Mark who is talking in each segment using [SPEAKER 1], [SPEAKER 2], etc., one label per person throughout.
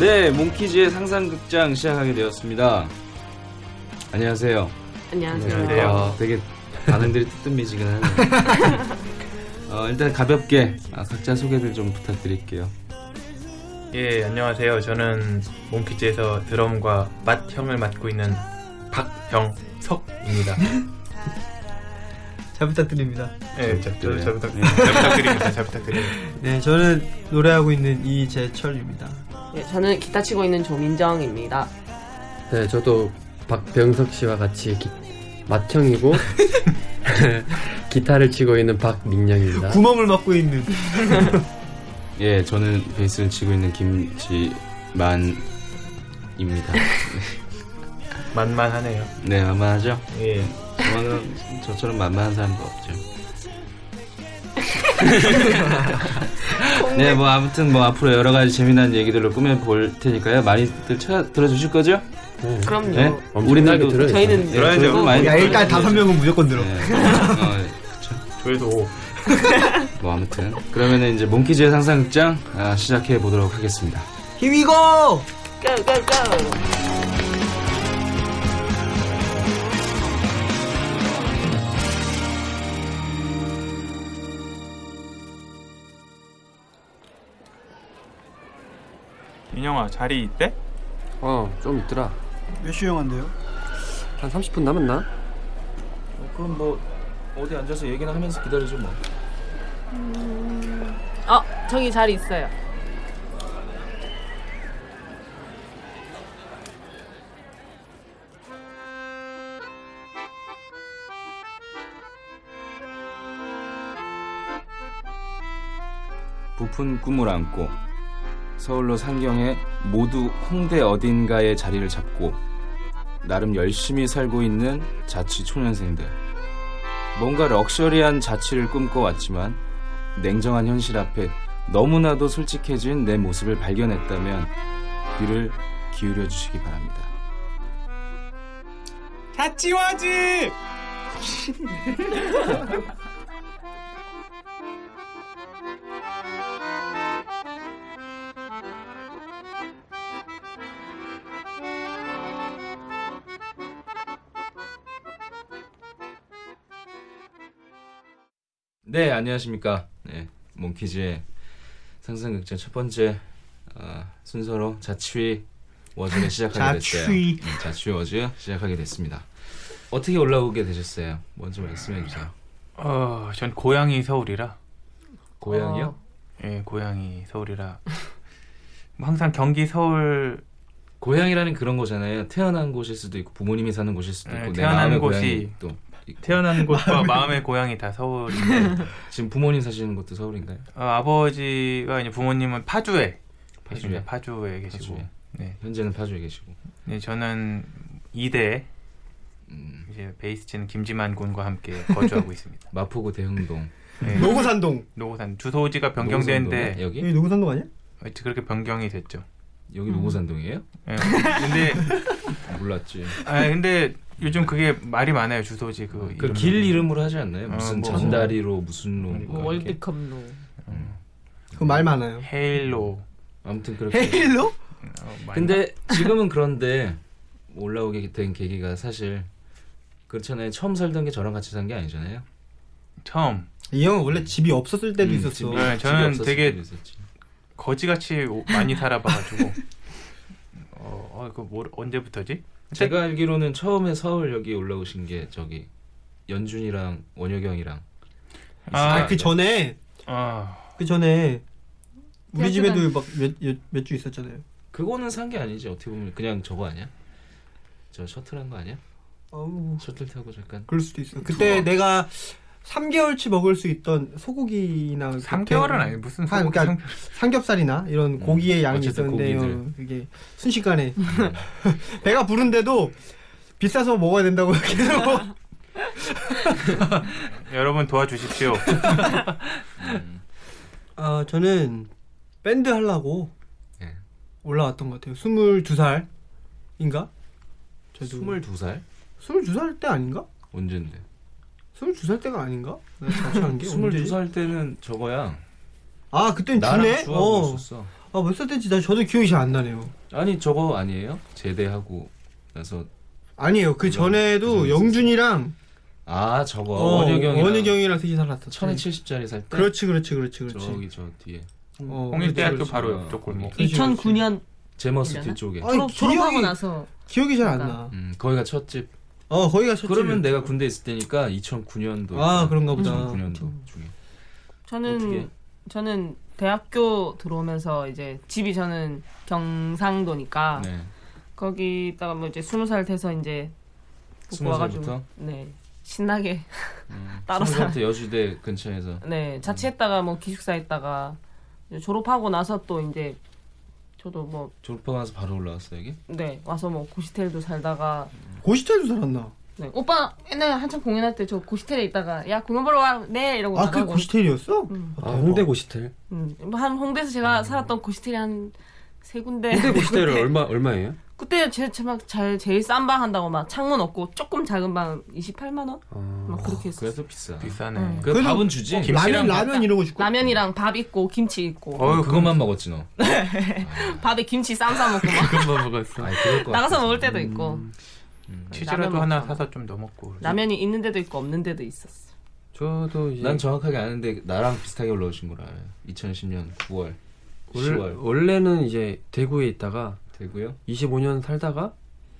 [SPEAKER 1] 네, 몽키즈의 상상극장 시작하게 되었습니다. 안녕하세요.
[SPEAKER 2] 안녕하세요.
[SPEAKER 1] 어, 되게 반응들이 뜨뜻미지근하네요. 어, 일단 가볍게 아, 각자 소개를 좀 부탁드릴게요.
[SPEAKER 3] 예, 안녕하세요. 저는 몽키즈에서 드럼과 맛형을 맡고 있는 박병석입니다.
[SPEAKER 4] 잘 부탁드립니다.
[SPEAKER 3] 예, 저, 저, 저, 부탁,
[SPEAKER 1] 네.
[SPEAKER 3] 잘 부탁드립니다. 잘 부탁드립니다.
[SPEAKER 4] 네, 저는 노래하고 있는 이재철입니다.
[SPEAKER 2] 예, 저는 기타 치고 있는 조민정입니다.
[SPEAKER 5] 네, 저도 박병석 씨와 같이 기, 맏형이고 기타를 치고 있는 박민영입니다.
[SPEAKER 4] 구멍을 막고 있는
[SPEAKER 1] 예, 저는 베이스를 치고 있는 김지만입니다.
[SPEAKER 3] 만만하네요.
[SPEAKER 1] 네, 만만하죠?
[SPEAKER 3] 예.
[SPEAKER 1] 저는 저처럼 만만한 사람도 없죠. 네, 뭐 아무튼 뭐 앞으로 여러 가지 재미난 얘기들로 꾸며 볼 테니까요. 많이들 찾아 들어주실 거죠?
[SPEAKER 5] 네.
[SPEAKER 2] 그럼요.
[SPEAKER 1] 네.
[SPEAKER 5] 엄청나게
[SPEAKER 1] 우리나라도
[SPEAKER 5] 들어요.
[SPEAKER 2] 저희는
[SPEAKER 1] 네,
[SPEAKER 3] 들어야죠.
[SPEAKER 1] 저도 많이
[SPEAKER 4] 야, 일단 다섯 명은 무조건 들어.
[SPEAKER 1] 네. 어,
[SPEAKER 3] 조회도 오.
[SPEAKER 1] 뭐 아무튼 그러면은 이제 몽키즈의 상상극장 아, 시작해 보도록 하겠습니다.
[SPEAKER 4] 힘이고!
[SPEAKER 2] 그 go, go, go.
[SPEAKER 3] 민영아, 자리 있대?
[SPEAKER 5] 어, 좀 있더라.
[SPEAKER 4] 몇 시 영화인데요?
[SPEAKER 5] 한 30분 남았나?
[SPEAKER 1] 그럼 뭐 어디 앉아서 얘기나 하면서 기다리죠 뭐.
[SPEAKER 2] 어, 저기 자리 있어요.
[SPEAKER 1] 부푼 꿈을 안고 서울로 상경해 모두 홍대 어딘가에 자리를 잡고 나름 열심히 살고 있는 자취 초년생들 뭔가 럭셔리한 자취를 꿈꿔왔지만 냉정한 현실 앞에 너무나도 솔직해진 내 모습을 발견했다면 귀를 기울여 주시기 바랍니다. 네, 안녕하십니까. 네, 몽키즈의 상상극장 첫 번째 아, 순서로 자취 워즈를 시작하게 됐어요.
[SPEAKER 4] 자취.
[SPEAKER 1] 네, 자취 워즈 시작하게 됐습니다. 어떻게 올라오게 되셨어요? 먼저 말씀해 주세요.
[SPEAKER 3] 어, 전 고향이 서울이라.
[SPEAKER 1] 고향이요?
[SPEAKER 3] 예, 고향이 서울이라. 뭐 항상 경기 서울
[SPEAKER 1] 고향이라는 그런 거잖아요. 태어난 곳일 수도 있고 부모님이 사는 곳일 수도
[SPEAKER 3] 네,
[SPEAKER 1] 있고
[SPEAKER 3] 태어난
[SPEAKER 1] 내 마음의
[SPEAKER 3] 곳이-
[SPEAKER 1] 고향이 또 있고.
[SPEAKER 3] 태어난 곳과 마음의 고향이 다 서울인데
[SPEAKER 1] 지금 부모님 사시는 곳도 서울인가요?
[SPEAKER 3] 어, 아버지가 이제 부모님은 파주에
[SPEAKER 1] 파주에.
[SPEAKER 3] 계십니다. 파주에 계시고
[SPEAKER 1] 파주에.
[SPEAKER 3] 네.
[SPEAKER 1] 현재는 파주에 계시고.
[SPEAKER 3] 네, 저는 2대
[SPEAKER 1] 음,
[SPEAKER 3] 이제 베이스 치는 김지만 군과 함께 거주하고 있습니다.
[SPEAKER 1] 마포구 대흥동.
[SPEAKER 3] 네.
[SPEAKER 4] 노고산동.
[SPEAKER 3] 노고산 주소지가
[SPEAKER 1] 예? 노고산동이야?
[SPEAKER 3] 변경되는데
[SPEAKER 1] 여기?
[SPEAKER 4] 여기 노고산동 아니야?
[SPEAKER 3] 그렇게 변경이 됐죠. 음.
[SPEAKER 1] 여기 노고산동이에요?
[SPEAKER 3] 예. 근데
[SPEAKER 1] 몰랐지.
[SPEAKER 3] 아 근데 요즘 그게 말이 많아요 주소지 그.
[SPEAKER 1] 그
[SPEAKER 3] 이름이.
[SPEAKER 1] 길 이름으로 하지 않나요?
[SPEAKER 3] 아,
[SPEAKER 1] 무슨
[SPEAKER 3] 뭐.
[SPEAKER 1] 전다리로 무슨 로 뭐, 이렇게.
[SPEAKER 2] 월드컵로.
[SPEAKER 4] 그거 말 많아요.
[SPEAKER 3] 헤일로.
[SPEAKER 1] 아무튼 그렇게.
[SPEAKER 4] 헤일로?
[SPEAKER 3] 어, 많이
[SPEAKER 1] 근데 지금은 그런데 올라오게 된 계기가 사실 그렇잖아요. 처음 살던 게 저랑 같이 산 게 아니잖아요.
[SPEAKER 3] 처음
[SPEAKER 4] 이 형은 원래 집이 없었을 때도
[SPEAKER 1] 음,
[SPEAKER 4] 있었어.
[SPEAKER 1] 집이-
[SPEAKER 3] 네,
[SPEAKER 1] 집이
[SPEAKER 3] 저는
[SPEAKER 1] 없었을
[SPEAKER 3] 되게
[SPEAKER 1] 때도 있었지.
[SPEAKER 3] 거지같이 오- 많이 살아봐가지고. 어, 어 이거 뭐 언제부터지?
[SPEAKER 1] 제가 알기로는 처음에 서울 여기 올라오신 게 저기 연준이랑 원효경이랑
[SPEAKER 6] 아, 그 전에
[SPEAKER 3] 아
[SPEAKER 6] 그 전에 우리
[SPEAKER 7] 대학교
[SPEAKER 6] 집에도 막몇몇주 있었잖아요.
[SPEAKER 1] 그거는 산 게 아니지 어떻게 보면 그냥 저거 아니야? 저 셔틀한 거 아니야?
[SPEAKER 6] 아우,
[SPEAKER 1] 셔틀 타고 잠깐
[SPEAKER 6] 그럴 수도 있어. 그때 내가 3개월치 먹을 수 있던 소고기나
[SPEAKER 3] 3개월은 아니 무슨
[SPEAKER 6] 한,
[SPEAKER 3] 소고기
[SPEAKER 6] 그러니까
[SPEAKER 3] 삼-
[SPEAKER 6] 삼겹살이나 이런 음, 고기의 양이
[SPEAKER 1] 어쨌든
[SPEAKER 6] 있었는데요.
[SPEAKER 1] 고기들.
[SPEAKER 6] 그게 순식간에 배가 부른데도 비싸서 먹어야 된다고 계속
[SPEAKER 3] 여러분 도와주십시오.
[SPEAKER 6] 아 저는 밴드 하려고
[SPEAKER 1] 예.
[SPEAKER 6] 올라왔던 것 같아요. 22살인가? 저도
[SPEAKER 1] 22살?
[SPEAKER 6] 22살 때 아닌가?
[SPEAKER 1] 언젠데?
[SPEAKER 6] 22살 때가 아닌가? 내가 자취한 게 언제지?
[SPEAKER 1] 22살 때는 저거야
[SPEAKER 6] 아 그땐
[SPEAKER 1] 나랑
[SPEAKER 6] 주네?
[SPEAKER 1] 주하고
[SPEAKER 6] 어.
[SPEAKER 1] 있었어
[SPEAKER 6] 아몇 살 때인지 나 저도 기억이 잘 안 나네요.
[SPEAKER 1] 아니 저거 아니에요? 제대하고 나서
[SPEAKER 6] 아니에요. 그 전에도
[SPEAKER 1] 그전에
[SPEAKER 6] 영준이랑
[SPEAKER 1] 아 저거
[SPEAKER 6] 어,
[SPEAKER 1] 원효경이랑
[SPEAKER 6] 원효경이랑 셋이 살았었지.
[SPEAKER 1] 1070짜리
[SPEAKER 7] 네.
[SPEAKER 1] 살 때?
[SPEAKER 6] 그렇지 그렇지 그렇지 그렇지.
[SPEAKER 1] 저기 저 뒤에
[SPEAKER 6] 어,
[SPEAKER 3] 홍일대학교
[SPEAKER 6] 그렇지,
[SPEAKER 3] 바로
[SPEAKER 1] 그렇지.
[SPEAKER 3] 옆쪽
[SPEAKER 7] 어.
[SPEAKER 3] 골목.
[SPEAKER 6] 그렇지, 그렇지.
[SPEAKER 7] 2009년
[SPEAKER 1] 제머스티
[SPEAKER 7] 그러나?
[SPEAKER 1] 쪽에
[SPEAKER 6] 아니,
[SPEAKER 7] 졸업, 졸업하고
[SPEAKER 6] 기억이-
[SPEAKER 7] 나서
[SPEAKER 6] 기억이 잘 안
[SPEAKER 7] 그러니까.
[SPEAKER 6] 나.
[SPEAKER 1] 음, 거기가 첫집
[SPEAKER 6] 어 거기가 첫집.
[SPEAKER 1] 그러면 내가 음, 군대 있을 때니까 2009년도
[SPEAKER 6] 아 음. 그런가 보다.
[SPEAKER 1] 2009년도 중에
[SPEAKER 7] 저는
[SPEAKER 1] 어떻게?
[SPEAKER 7] 저는 대학교 들어오면서 이제 집이 저는
[SPEAKER 6] 아,
[SPEAKER 7] 경상도니까
[SPEAKER 1] 네
[SPEAKER 7] 거기다가 뭐 이제 스무 살 돼서 이제
[SPEAKER 1] 스무 살부터
[SPEAKER 7] 네 신나게
[SPEAKER 1] 음,
[SPEAKER 7] 따로
[SPEAKER 1] 스무
[SPEAKER 7] 살아.
[SPEAKER 1] 살때 여주대 근처에서
[SPEAKER 7] 네 자취했다가 뭐 기숙사 했다가 이제 졸업하고 나서 또 이제 저도
[SPEAKER 1] 졸업하고 나서 바로 올라왔어 여기
[SPEAKER 7] 뭐 네 와서 뭐 고시텔도 살다가
[SPEAKER 6] 고시텔도 살았나?
[SPEAKER 7] 네, 오빠 옛날에 한참 공연할 때 저 고시텔에 있다가 야 공연 보러 와 네 이러고
[SPEAKER 6] 아 그게
[SPEAKER 7] 나가고
[SPEAKER 6] 고시텔이었어?
[SPEAKER 7] 음.
[SPEAKER 5] 아
[SPEAKER 6] 뭐.
[SPEAKER 5] 홍대 고시텔
[SPEAKER 7] 음, 한 홍대에서 제가 살았던 고시텔이 한 세 군데
[SPEAKER 5] 홍대 고시텔은
[SPEAKER 7] 그때-
[SPEAKER 5] 얼마 얼마예요?
[SPEAKER 7] 그때 제막잘 제일 싼 방 한다고 막 창문 없고 조금 작은 방 28만 원?
[SPEAKER 5] 아,
[SPEAKER 7] 막 그렇게 했어.
[SPEAKER 1] 그래서 비싸
[SPEAKER 3] 비싸네.
[SPEAKER 7] 음.
[SPEAKER 1] 그
[SPEAKER 6] 그래도-
[SPEAKER 1] 밥은 주지
[SPEAKER 6] 라면
[SPEAKER 3] 김치랑
[SPEAKER 6] 라면 이런 거 주고.
[SPEAKER 7] 라면이랑 밥 있고 김치 있고
[SPEAKER 3] 어
[SPEAKER 1] 그것만 먹었지 너
[SPEAKER 7] 밥에 김치 쌈 싸 먹고 막
[SPEAKER 3] 그것만 먹었어.
[SPEAKER 1] 아니 그럴 거
[SPEAKER 7] 나가서
[SPEAKER 1] 같아서.
[SPEAKER 7] 먹을 때도 있고 네, 라면
[SPEAKER 3] 음. 치즈라도
[SPEAKER 7] 먹고
[SPEAKER 3] 하나
[SPEAKER 7] 하나.
[SPEAKER 3] 사서 좀 넣어 먹고.
[SPEAKER 7] 라면이 있는 데도 있고 없는 데도 있었어.
[SPEAKER 5] 저도 이제
[SPEAKER 1] 난 정확하게 아는데 나랑 비슷하게 올라오신 걸 알아요 2010년 9월
[SPEAKER 5] 원-
[SPEAKER 1] 10월
[SPEAKER 5] 원래는 이제 대구에 있다가
[SPEAKER 1] 되고요
[SPEAKER 5] 25년 살다가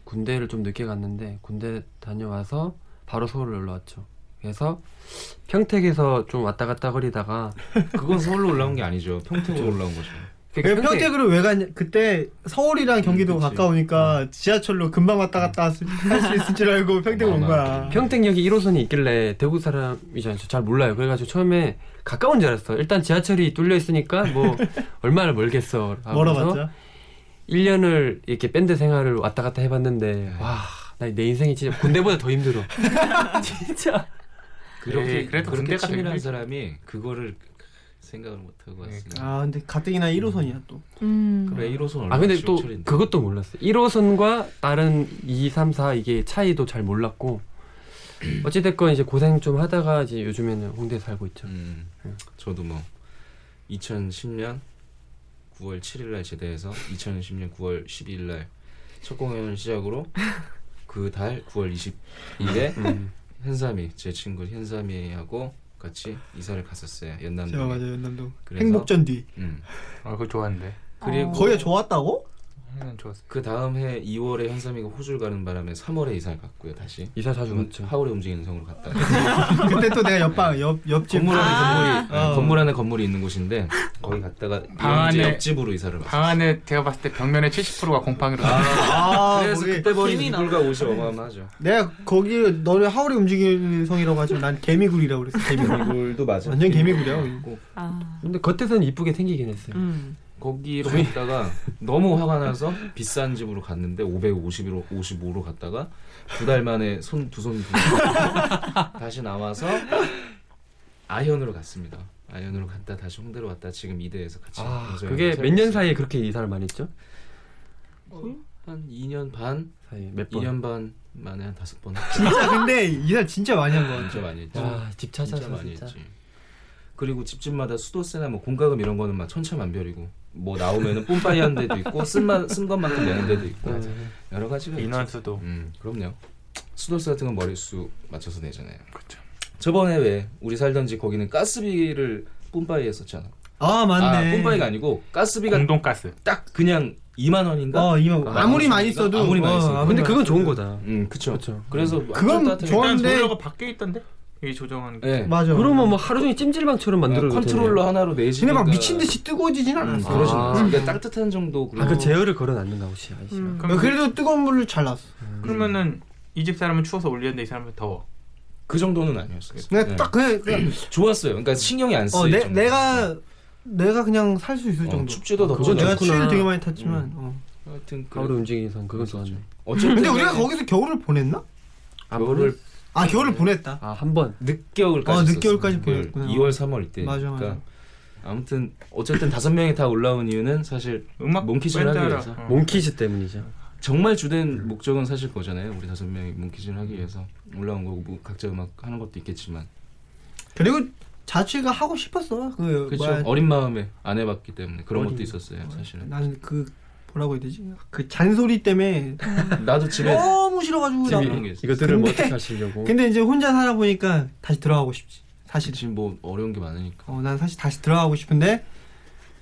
[SPEAKER 5] 군대를 좀 늦게 갔는데 군대 다녀와서 바로 서울로 올라왔죠. 그래서 평택에서 좀 왔다 갔다 거리다가
[SPEAKER 1] 그건 서울로 올라온 게 아니죠 평택으로 올라온 거죠
[SPEAKER 6] 왜 평택으로 왜 갔냐? 그때 서울이랑 경기도
[SPEAKER 1] 음, 그치. 어.
[SPEAKER 6] 가까우니까 지하철로 금방 왔다 갔다 할 수 있을 줄 알고 평택 온
[SPEAKER 1] 아,
[SPEAKER 6] 거야.
[SPEAKER 5] 평택역이 1호선이 있길래 대구 사람이잖아요. 저잘 몰라요. 그래가지고 처음에 가까운 줄 알았어. 일단 지하철이 뚫려 있으니까 뭐 얼마나 멀겠어. 하고서
[SPEAKER 6] 멀어봤자.
[SPEAKER 5] 1년을 이렇게 밴드 생활을 왔다 갔다 해봤는데 와 나 내 인생이 진짜 군대보다 더 힘들어. 진짜.
[SPEAKER 1] 그렇게
[SPEAKER 3] 에이, 그래도
[SPEAKER 1] 그렇게
[SPEAKER 3] 군대가
[SPEAKER 1] 치밀한
[SPEAKER 3] 되게-
[SPEAKER 1] 사람이 그거를 생각을 못 하고 왔으니까
[SPEAKER 6] 아 근데 가뜩이나 1호선이야 또.
[SPEAKER 7] 음.
[SPEAKER 1] 그래 1호선 얼마
[SPEAKER 5] 아 근데 또
[SPEAKER 1] 지옥철인데.
[SPEAKER 5] 그것도 몰랐어. 1호선과 다른 2, 3, 4 이게 차이도 잘 몰랐고 어찌됐건 이제 고생 좀 하다가 이제 요즘에는 홍대 에 살고 있죠.
[SPEAKER 1] 음, 저도 뭐 2010년 9월 7일날 제대해서 2010년 9월 12일날 첫 공연을 시작으로 그 달 9월 20일에
[SPEAKER 5] 음.
[SPEAKER 1] 현삼이 제 친구 현삼이하고 같이 이사를 갔었어요
[SPEAKER 6] 제가
[SPEAKER 1] 연남동에.
[SPEAKER 6] 맞아요 연남동.
[SPEAKER 1] 그래서-
[SPEAKER 6] 행복전 뒤.
[SPEAKER 1] 음.
[SPEAKER 3] 아 그거 좋아한대.
[SPEAKER 1] 그리고
[SPEAKER 6] 거기가 좋았다고?
[SPEAKER 3] 하나는 좋았어.
[SPEAKER 1] 그 다음 해 2월에 현삼이가 호주를 가는 바람에 3월에 이사를 갔고요 다시.
[SPEAKER 5] 이사 자주
[SPEAKER 1] 음,
[SPEAKER 5] 갔죠.
[SPEAKER 1] 하울의 움직이는 성으로 갔다.
[SPEAKER 6] 그때 또 내가 옆방 옆 옆집
[SPEAKER 1] 건물 안에 건물이
[SPEAKER 6] 아.
[SPEAKER 1] 네, 건물 안에 건물이 있는 곳인데 거기 갔다가
[SPEAKER 3] 방
[SPEAKER 1] 이제
[SPEAKER 3] 안에-
[SPEAKER 1] 옆집으로 이사를 갔어요.
[SPEAKER 3] 방 안에 제가 봤을 때 벽면의 70%가 공방으로.
[SPEAKER 6] 아,
[SPEAKER 1] 그래서
[SPEAKER 6] 거기-
[SPEAKER 1] 그때 버린 이불과 옷이 어마어마하죠.
[SPEAKER 6] 내가 거기 너네 하울이 움직이는 성이라고 하지만 난 개미굴이라고 그랬어. 개미굴.
[SPEAKER 1] 이불도 맞아.
[SPEAKER 6] 완전 개미굴이야.
[SPEAKER 1] 고
[SPEAKER 7] 아.
[SPEAKER 5] 근데 겉에서는 이쁘게 생기긴 했어요.
[SPEAKER 7] 음.
[SPEAKER 1] 거기로 갔다가 너무 화가 나서 비싼 집으로 갔는데 551로 55로 갔다가 두 달 만에 손 두 손 두 손 다시 나와서 아현으로 갔습니다. 아현으로 갔다 다시 홍대로 왔다 지금 이대에서 같이
[SPEAKER 5] 아
[SPEAKER 1] 방송을
[SPEAKER 5] 그게
[SPEAKER 1] 살고
[SPEAKER 5] 몇 년
[SPEAKER 1] 있어요.
[SPEAKER 5] 사이에 그렇게 이사를 많이 했죠?
[SPEAKER 1] 한 2년 반,
[SPEAKER 5] 사이에 몇 번?
[SPEAKER 1] 2년 반 만에 한 다섯 번
[SPEAKER 6] 진짜 근데 이사 진짜 많이 한 거 같아.
[SPEAKER 1] 진짜 많이 했지.
[SPEAKER 5] 와집
[SPEAKER 1] 진짜
[SPEAKER 5] 찾아서
[SPEAKER 1] 많이
[SPEAKER 5] 진짜.
[SPEAKER 1] 했지. 그리고 집집마다 수도세나 뭐 공과금 이런 거는 막 천차만별이고 뭐 나오면은 뿜빠이 하는 데도 있고 쓴만 쓴 것만큼 내는 데도
[SPEAKER 5] 네.
[SPEAKER 1] 있고 여러 가지가 있죠.
[SPEAKER 3] 인원수도.
[SPEAKER 1] 음 그럼요. 수도세 같은 건 머릿수 맞춰서 내잖아요.
[SPEAKER 3] 그렇죠.
[SPEAKER 1] 저번에 왜 우리 살던 집 거기는 가스비를 뿜빠이 했었잖아.
[SPEAKER 6] 아
[SPEAKER 1] 아
[SPEAKER 6] 맞네.
[SPEAKER 1] 뿜빠이가 아니고
[SPEAKER 3] 그러니까
[SPEAKER 1] 가스비가
[SPEAKER 3] 공동가스.
[SPEAKER 1] 딱 그냥 2만 원인가?
[SPEAKER 6] 어 이만
[SPEAKER 1] 아,
[SPEAKER 6] 아무리
[SPEAKER 1] 맞습니까?
[SPEAKER 6] 많이 써도
[SPEAKER 1] 아무리 많이
[SPEAKER 6] 어,
[SPEAKER 1] 써도.
[SPEAKER 6] 아무리
[SPEAKER 5] 근데
[SPEAKER 6] 많이
[SPEAKER 5] 그건 좋은
[SPEAKER 6] 써도.
[SPEAKER 5] 거다.
[SPEAKER 1] 음 그쵸.
[SPEAKER 5] 그렇죠.
[SPEAKER 1] 그래서
[SPEAKER 6] 그건
[SPEAKER 1] 완전 따뜻하게
[SPEAKER 6] 좋았는데
[SPEAKER 3] 밖에 있던데. 여기 조정하는 게.
[SPEAKER 1] 네.
[SPEAKER 6] 맞아.
[SPEAKER 5] 그러면 뭐 하루 종일 찜질방처럼 만들어도
[SPEAKER 1] 컨트롤러 하나로 내지.
[SPEAKER 6] 근데 막 미친 듯이 뜨거워지진 않았어.
[SPEAKER 5] 아.
[SPEAKER 1] 그러진 않았어.
[SPEAKER 6] 음.
[SPEAKER 1] 그러니까 따뜻한 정도.
[SPEAKER 5] 아그 제어를 걸어놨는가 혹시 아저씨가
[SPEAKER 6] 그러니까.
[SPEAKER 7] 음.
[SPEAKER 3] 그럼
[SPEAKER 6] 그래도 뜨거운 물을 잘 놨어.
[SPEAKER 3] 그러면은 이 집 사람은 추워서 올리는데 이 사람은 더워.
[SPEAKER 1] 그 정도는 아니었어요.
[SPEAKER 6] 내가
[SPEAKER 1] 네.
[SPEAKER 6] 딱 그, 그
[SPEAKER 1] 좋았어요. 그러니까 신경이 안 쓰.
[SPEAKER 6] 어, 내, 내가 내가 그냥 살 수 있을
[SPEAKER 1] 어,
[SPEAKER 6] 정도.
[SPEAKER 1] 춥지도
[SPEAKER 6] 어,
[SPEAKER 1] 덥지도
[SPEAKER 6] 내가
[SPEAKER 1] 않구나. 음.
[SPEAKER 6] 추위를 되게 많이 탔지만. 어.
[SPEAKER 1] 하여튼 그
[SPEAKER 5] 가을에 움직이선 그건 좋았네.
[SPEAKER 1] 어쨌든
[SPEAKER 6] 근데 우리가 거기서 겨울을 보냈나?
[SPEAKER 1] 겨울을
[SPEAKER 6] 아 겨울을 보냈다.
[SPEAKER 5] 아한 번.
[SPEAKER 1] 늦겨울까지
[SPEAKER 6] 어,
[SPEAKER 1] 썼어요.
[SPEAKER 6] 늦겨울까지
[SPEAKER 1] 늦겨울.
[SPEAKER 6] 보냈구나.
[SPEAKER 1] 2월 3월 이때. 그러니까
[SPEAKER 6] 맞아, 맞아.
[SPEAKER 1] 아무튼 어쨌든 다섯 명이 다 올라온 이유는 사실
[SPEAKER 3] 음악
[SPEAKER 1] 몽키즈를 하기
[SPEAKER 3] 밴드하러.
[SPEAKER 1] 위해서.
[SPEAKER 3] 어.
[SPEAKER 5] 몽키즈 때문이죠.
[SPEAKER 1] 정말 주된 목적은 사실 거잖아요. 우리 다섯 명이 몽키즈를 하기 위해서 올라온 거고 뭐 각자 음악 하는 것도 있겠지만
[SPEAKER 6] 그리고 자취가 하고 싶었어. 그
[SPEAKER 1] 그렇죠.
[SPEAKER 6] 뭐야,
[SPEAKER 1] 어린 마음에 안 해봤기 때문에 그런 것도
[SPEAKER 5] 어린-
[SPEAKER 1] 있었어요. 사실은
[SPEAKER 6] 나는 그 뭐라고 해야 되지? 그 잔소리 때문에
[SPEAKER 1] 나도 집에
[SPEAKER 6] 너무 싫어가지고 나.
[SPEAKER 1] 네. 재미- 몽키즈.
[SPEAKER 5] 이것들을 뭐
[SPEAKER 6] 음. 근데-
[SPEAKER 5] 어떻게 하시려고?
[SPEAKER 6] 근데 이제 혼자 살아 보니까 다시 들어가고 싶지. 사실.
[SPEAKER 1] 지금 뭐 어려운 게 많으니까.
[SPEAKER 6] 어, 난 사실 다시 들어가고 싶은데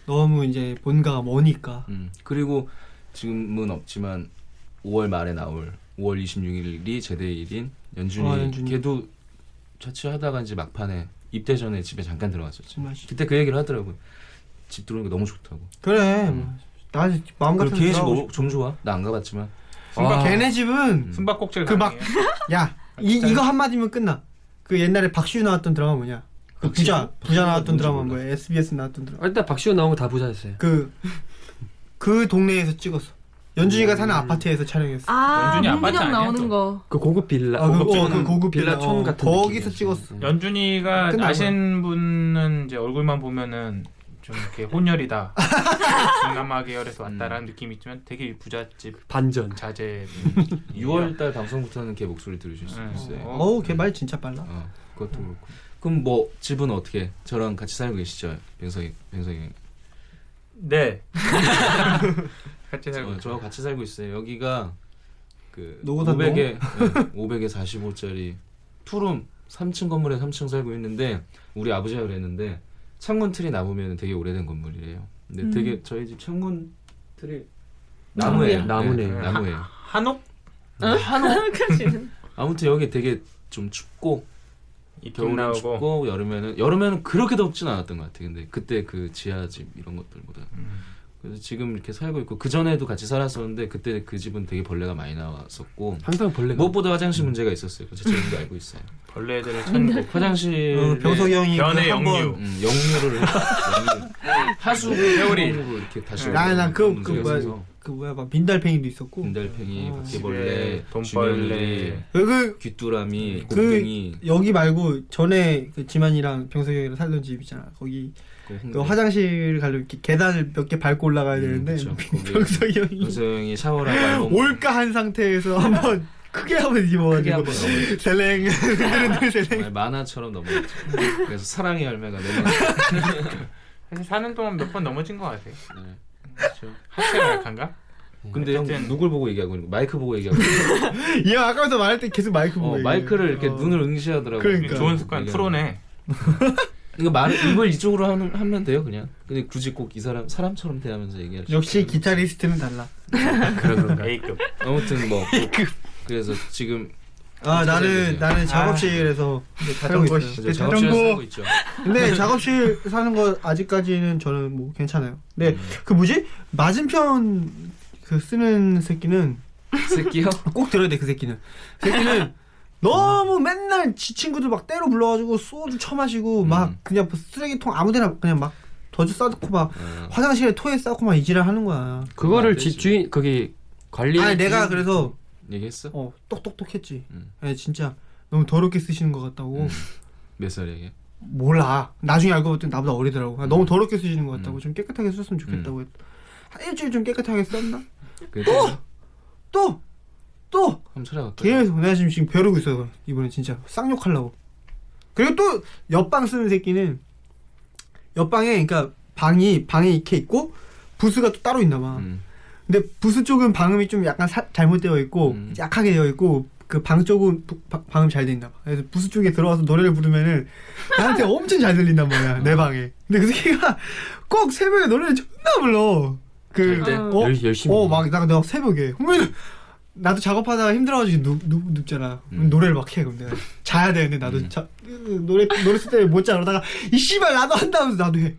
[SPEAKER 6] 너무 이제 본가가 머니까.
[SPEAKER 1] 음. 그리고 지금은 없지만 5월 말에 나올 5월 26일이 제대일인 연준이,
[SPEAKER 6] 아, 연준이.
[SPEAKER 1] 걔도 자취하다가 이제 막판에 입대 전에 집에 잠깐 들어갔었죠.
[SPEAKER 6] 정말 싫-
[SPEAKER 1] 그때 그 얘기를 하더라고요. 집 들어오는 게 너무 좋다고.
[SPEAKER 6] 그래. 나 마음
[SPEAKER 1] 음. 그리고
[SPEAKER 6] 같은
[SPEAKER 1] 걔 뭐? 아. 집좀 좋아? 나 안 가봤지만.
[SPEAKER 5] 아.
[SPEAKER 6] 그러니까 걔네 집은
[SPEAKER 3] 숨바꼭질
[SPEAKER 6] 그 막-
[SPEAKER 3] 가능해요.
[SPEAKER 6] 야,
[SPEAKER 1] 아,
[SPEAKER 6] 이
[SPEAKER 3] 진짜요?
[SPEAKER 6] 이거 한 마디면 끝나. 그 옛날에 박시우 나왔던 드라마 뭐냐? 그
[SPEAKER 1] 박시우?
[SPEAKER 6] 부자 부자 나왔던
[SPEAKER 1] 뭔지
[SPEAKER 6] 드라마
[SPEAKER 1] 몰라.
[SPEAKER 6] 뭐야? SBS 나왔던 드라마.
[SPEAKER 5] 아, 일단 박시호 나온 거 다 부자였어요.
[SPEAKER 6] 그 그 동네에서 찍었어. 연준이가 사는
[SPEAKER 1] 음.
[SPEAKER 6] 아파트에서 촬영했어.
[SPEAKER 7] 아,
[SPEAKER 3] 연준이 아빠한테
[SPEAKER 7] 문근영
[SPEAKER 3] 아니야,
[SPEAKER 7] 나오는
[SPEAKER 3] 또.
[SPEAKER 7] 거.
[SPEAKER 5] 그 고급 빌라,
[SPEAKER 6] 어, 그-
[SPEAKER 5] 고급
[SPEAKER 6] 어,
[SPEAKER 5] 빌라,
[SPEAKER 6] 그 고급 빌라,
[SPEAKER 5] 빌라촌
[SPEAKER 6] 어,
[SPEAKER 5] 같은
[SPEAKER 6] 거기서
[SPEAKER 5] 느낌이었어요.
[SPEAKER 6] 찍었어.
[SPEAKER 3] 연준이가
[SPEAKER 6] 끝나고요.
[SPEAKER 3] 아시는 분은 이제 얼굴만 보면은 좀 이렇게 혼혈이다. 동남아 계열에서 왔다라는
[SPEAKER 1] 음.
[SPEAKER 3] 느낌이 있지만 되게 부잣집
[SPEAKER 1] 그
[SPEAKER 5] 반전.
[SPEAKER 3] 자제.
[SPEAKER 1] 6월달 방송부터는 걔 목소리 들으실 수
[SPEAKER 3] 음.
[SPEAKER 1] 있어요.
[SPEAKER 3] 어.
[SPEAKER 6] 어우, 걔 말 진짜 빨라.
[SPEAKER 1] 어, 그것도 그렇고. 그럼 뭐 집은 어떻게? 저랑 같이 살고 계시죠, 병석이, 병석이.
[SPEAKER 3] 네. 같이 살고.
[SPEAKER 1] 저, 저 같이 살고 있어요. 여기가 그
[SPEAKER 6] 노고단동?
[SPEAKER 1] 500에 네, 500에 45짜리 투룸 3층 건물에 3층 살고 있는데 우리 아버지가 그랬는데 창문 틀이 나무면 되게 오래된 건물이에요. 근데
[SPEAKER 7] 음.
[SPEAKER 1] 되게 저희 집 창문 틀이 나무예요.
[SPEAKER 5] 나무네요.
[SPEAKER 1] 네, 나무예요.
[SPEAKER 3] 한옥
[SPEAKER 7] 네, 그러시는.
[SPEAKER 1] 아무튼 여기 되게 좀 춥고
[SPEAKER 3] 입김
[SPEAKER 1] 겨울은
[SPEAKER 3] 나오고.
[SPEAKER 1] 춥고 여름에는 여름에는 그렇게 덥진 않았던 것 같아. 요 근데 그때 그 지하 집 이런 것들보다
[SPEAKER 3] 음.
[SPEAKER 1] 그래서 지금 이렇게 살고 있고 그 전에도 같이 살았었는데 그때 그 집은 되게 벌레가 많이 나왔었고
[SPEAKER 5] 항상 벌레가.
[SPEAKER 1] 무엇보다 화장실 문제가 있었어요. 그거 제 지금도 알고 있어요.
[SPEAKER 3] 벌레들을 천국.
[SPEAKER 1] 화장실
[SPEAKER 6] 어, 병석이 형이 그
[SPEAKER 3] 변의
[SPEAKER 6] 한번
[SPEAKER 3] 역류.
[SPEAKER 1] 음, 영유를 영유. 하수구
[SPEAKER 3] 회오리.
[SPEAKER 1] 해가지고 이렇게 다시
[SPEAKER 6] 나- 나 그-
[SPEAKER 1] 문제가
[SPEAKER 6] 그 뭐야.
[SPEAKER 1] 있어서
[SPEAKER 6] 그 뭐야 막 민달팽이도 있었고
[SPEAKER 1] 군달팽이,
[SPEAKER 6] 어.
[SPEAKER 1] 바퀴벌레, 쥐벌레,
[SPEAKER 3] 집에 돈벌레.
[SPEAKER 6] 그
[SPEAKER 1] 귀뚜라미,
[SPEAKER 6] 그-
[SPEAKER 1] 곰팽이,
[SPEAKER 6] 여기 말고 전에 그 지만이랑 병석이 형이랑 살던 집 있잖아 거기
[SPEAKER 1] 그
[SPEAKER 6] 그
[SPEAKER 1] 홍대.
[SPEAKER 6] 화장실 가려면 이렇게 계단을 몇 개 밟고 올라가야
[SPEAKER 1] 음,
[SPEAKER 6] 되는데
[SPEAKER 1] 그쵸. 거기
[SPEAKER 6] 병석이 형이
[SPEAKER 1] 여성이 샤워라고 알몸
[SPEAKER 6] 올까 한 상태에서 한번 크게 한번
[SPEAKER 1] 크게
[SPEAKER 6] 입어가지고
[SPEAKER 1] 한번 넘어.
[SPEAKER 6] 셀랭 셀랭
[SPEAKER 1] 정말 만화처럼 넘어갔죠. 그래서 사랑의 열매가
[SPEAKER 6] 네.
[SPEAKER 1] 내려.
[SPEAKER 3] 사실 사는 동안 몇 번 넘어진 것 같아요. 음, 그렇죠.
[SPEAKER 1] 네.
[SPEAKER 3] 하체가 약한가?
[SPEAKER 1] 근데 형
[SPEAKER 6] 네.
[SPEAKER 3] 어쨌든.
[SPEAKER 1] 누굴 보고 얘기하고 있는 거? 마이크 보고 얘기하고.
[SPEAKER 6] 얘 아까부터 말할 때 계속 마이크 보고
[SPEAKER 1] 어,
[SPEAKER 6] 얘기해.
[SPEAKER 1] 마이크를 이렇게
[SPEAKER 6] 어.
[SPEAKER 1] 눈을 응시하더라고요.
[SPEAKER 6] 그러니까.
[SPEAKER 3] 좋은 습관 프로네.
[SPEAKER 1] 이거 말 입을 이쪽으로 하는, 하면 돼요 그냥. 근데 굳이 꼭 이 사람 사람처럼 대하면서 얘기할. 수
[SPEAKER 6] 역시
[SPEAKER 1] 있어요.
[SPEAKER 6] 기타리스트는 달라
[SPEAKER 5] 그런 건가.
[SPEAKER 3] A급.
[SPEAKER 1] 아무튼 뭐 그래서 지금
[SPEAKER 6] 아 나는
[SPEAKER 1] 기타리스트야.
[SPEAKER 6] 나는 작업실에서 이제 살고 있어요.
[SPEAKER 1] 이제
[SPEAKER 6] 근데
[SPEAKER 1] 작업실에서 살고
[SPEAKER 6] 그 자전거
[SPEAKER 1] 있죠.
[SPEAKER 6] 근데 작업실 사는 거 아직까지는 저는 뭐 괜찮아요 근데
[SPEAKER 1] 음.
[SPEAKER 6] 그 뭐지 맞은편 그 쓰는 새끼는
[SPEAKER 1] 새끼요.
[SPEAKER 6] 꼭 들어야 돼 그 새끼는 그 새끼는 너무 맨날 지 친구들 막 때로 불러가지고 소주 처마시고 막
[SPEAKER 1] 음.
[SPEAKER 6] 그냥 뭐 쓰레기통 아무데나 그냥 막 더주 싸놓고 막
[SPEAKER 1] 어.
[SPEAKER 6] 화장실에 토해 싸고 막 이지랄 하는 거야
[SPEAKER 1] 안
[SPEAKER 5] 그거를
[SPEAKER 1] 되지.
[SPEAKER 5] 집주인 거기 관리.
[SPEAKER 6] 아니 네. 내가 그래서
[SPEAKER 1] 얘기했어?
[SPEAKER 6] 어 똑똑똑했지
[SPEAKER 1] 음.
[SPEAKER 6] 아니 진짜 너무 더럽게 쓰시는 것 같다고
[SPEAKER 1] 음. 몇 살이에요?
[SPEAKER 6] 몰라 나중에 알고 봤더니 나보다 어리더라고 아, 너무 더럽게 쓰시는 것 같다고
[SPEAKER 1] 음.
[SPEAKER 6] 좀 깨끗하게 썼으면 좋겠다고 했- 한 일주일 좀 깨끗하게 썼나?
[SPEAKER 1] 그래도
[SPEAKER 6] 어. 또! 또!
[SPEAKER 1] 한번 찾아갈게요.
[SPEAKER 6] 계속 내가 지금 지금 벼르고 있어요. 이번에 진짜 쌍욕하려고. 그리고 또 옆방 쓰는 새끼는 옆방에 그러니까 방이 방이 이렇게 있고 부스가 또 따로 있나 봐.
[SPEAKER 1] 음.
[SPEAKER 6] 근데 부스 쪽은 방음이 좀 약간 사- 잘못되어 있고
[SPEAKER 1] 음.
[SPEAKER 6] 약하게 되어 있고 그 방 쪽은 부- 바- 방음 잘 돼 있나 봐. 그래서 부스 쪽에 들어와서 노래를 부르면은 나한테 엄청 잘 들린단 말이야 내 방에. 근데 그 새끼가 꼭 새벽에 노래를 존나 불러. 그
[SPEAKER 1] 잘 때?
[SPEAKER 6] 어?
[SPEAKER 5] 열, 열심히.
[SPEAKER 6] 어, 막, 나, 내가 새벽에. 그러면, 나도 작업하다가 힘들어가지고 눕, 눕, 눕잖아. 그럼
[SPEAKER 1] 음.
[SPEAKER 6] 노래를 막 해. 그럼 내가 자야 되는데 나도
[SPEAKER 1] 음.
[SPEAKER 6] 자, 으, 노래 노래 쓸 때 못 자. 그러다가 이 씨발 나도 한다면서 나도 해.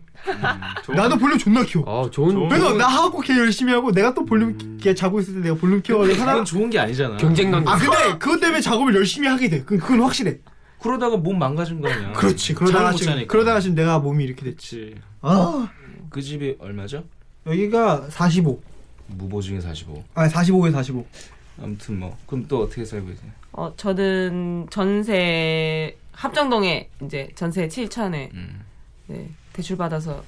[SPEAKER 3] 좋은-
[SPEAKER 6] 나도 볼륨 존나 키워.
[SPEAKER 5] 어, 좋은,
[SPEAKER 3] 좋은-
[SPEAKER 6] 그래서 나 하고 걔 열심히 하고 내가 또 볼륨
[SPEAKER 5] 음.
[SPEAKER 6] 걔 자고 있을 때 내가 볼륨 키워가지고
[SPEAKER 1] 그건
[SPEAKER 6] 하나.
[SPEAKER 1] 좋은 게 아니잖아.
[SPEAKER 5] 경쟁 관계.
[SPEAKER 6] 아 근데 그것 때문에 작업을 열심히 하게 돼. 그건, 그건 확실해.
[SPEAKER 1] 그러다가 몸 망가진 거 아니야.
[SPEAKER 6] 그렇지. 그러다가
[SPEAKER 1] 잠을 못
[SPEAKER 6] 지금
[SPEAKER 1] 자니까.
[SPEAKER 6] 그러다가 지금 내가 몸이 이렇게 됐지.
[SPEAKER 1] 그렇지.
[SPEAKER 6] 아
[SPEAKER 1] 그 집이 얼마죠?
[SPEAKER 6] 여기가 45.
[SPEAKER 1] 무보증이 45.
[SPEAKER 6] 아니 45에 45.
[SPEAKER 1] 아무튼 뭐 그럼 또 어떻게 살고 계세요?
[SPEAKER 7] 어, 저는 전세 합정동에 이제 전세 7천에 네,
[SPEAKER 1] 음.
[SPEAKER 7] 대출 받아서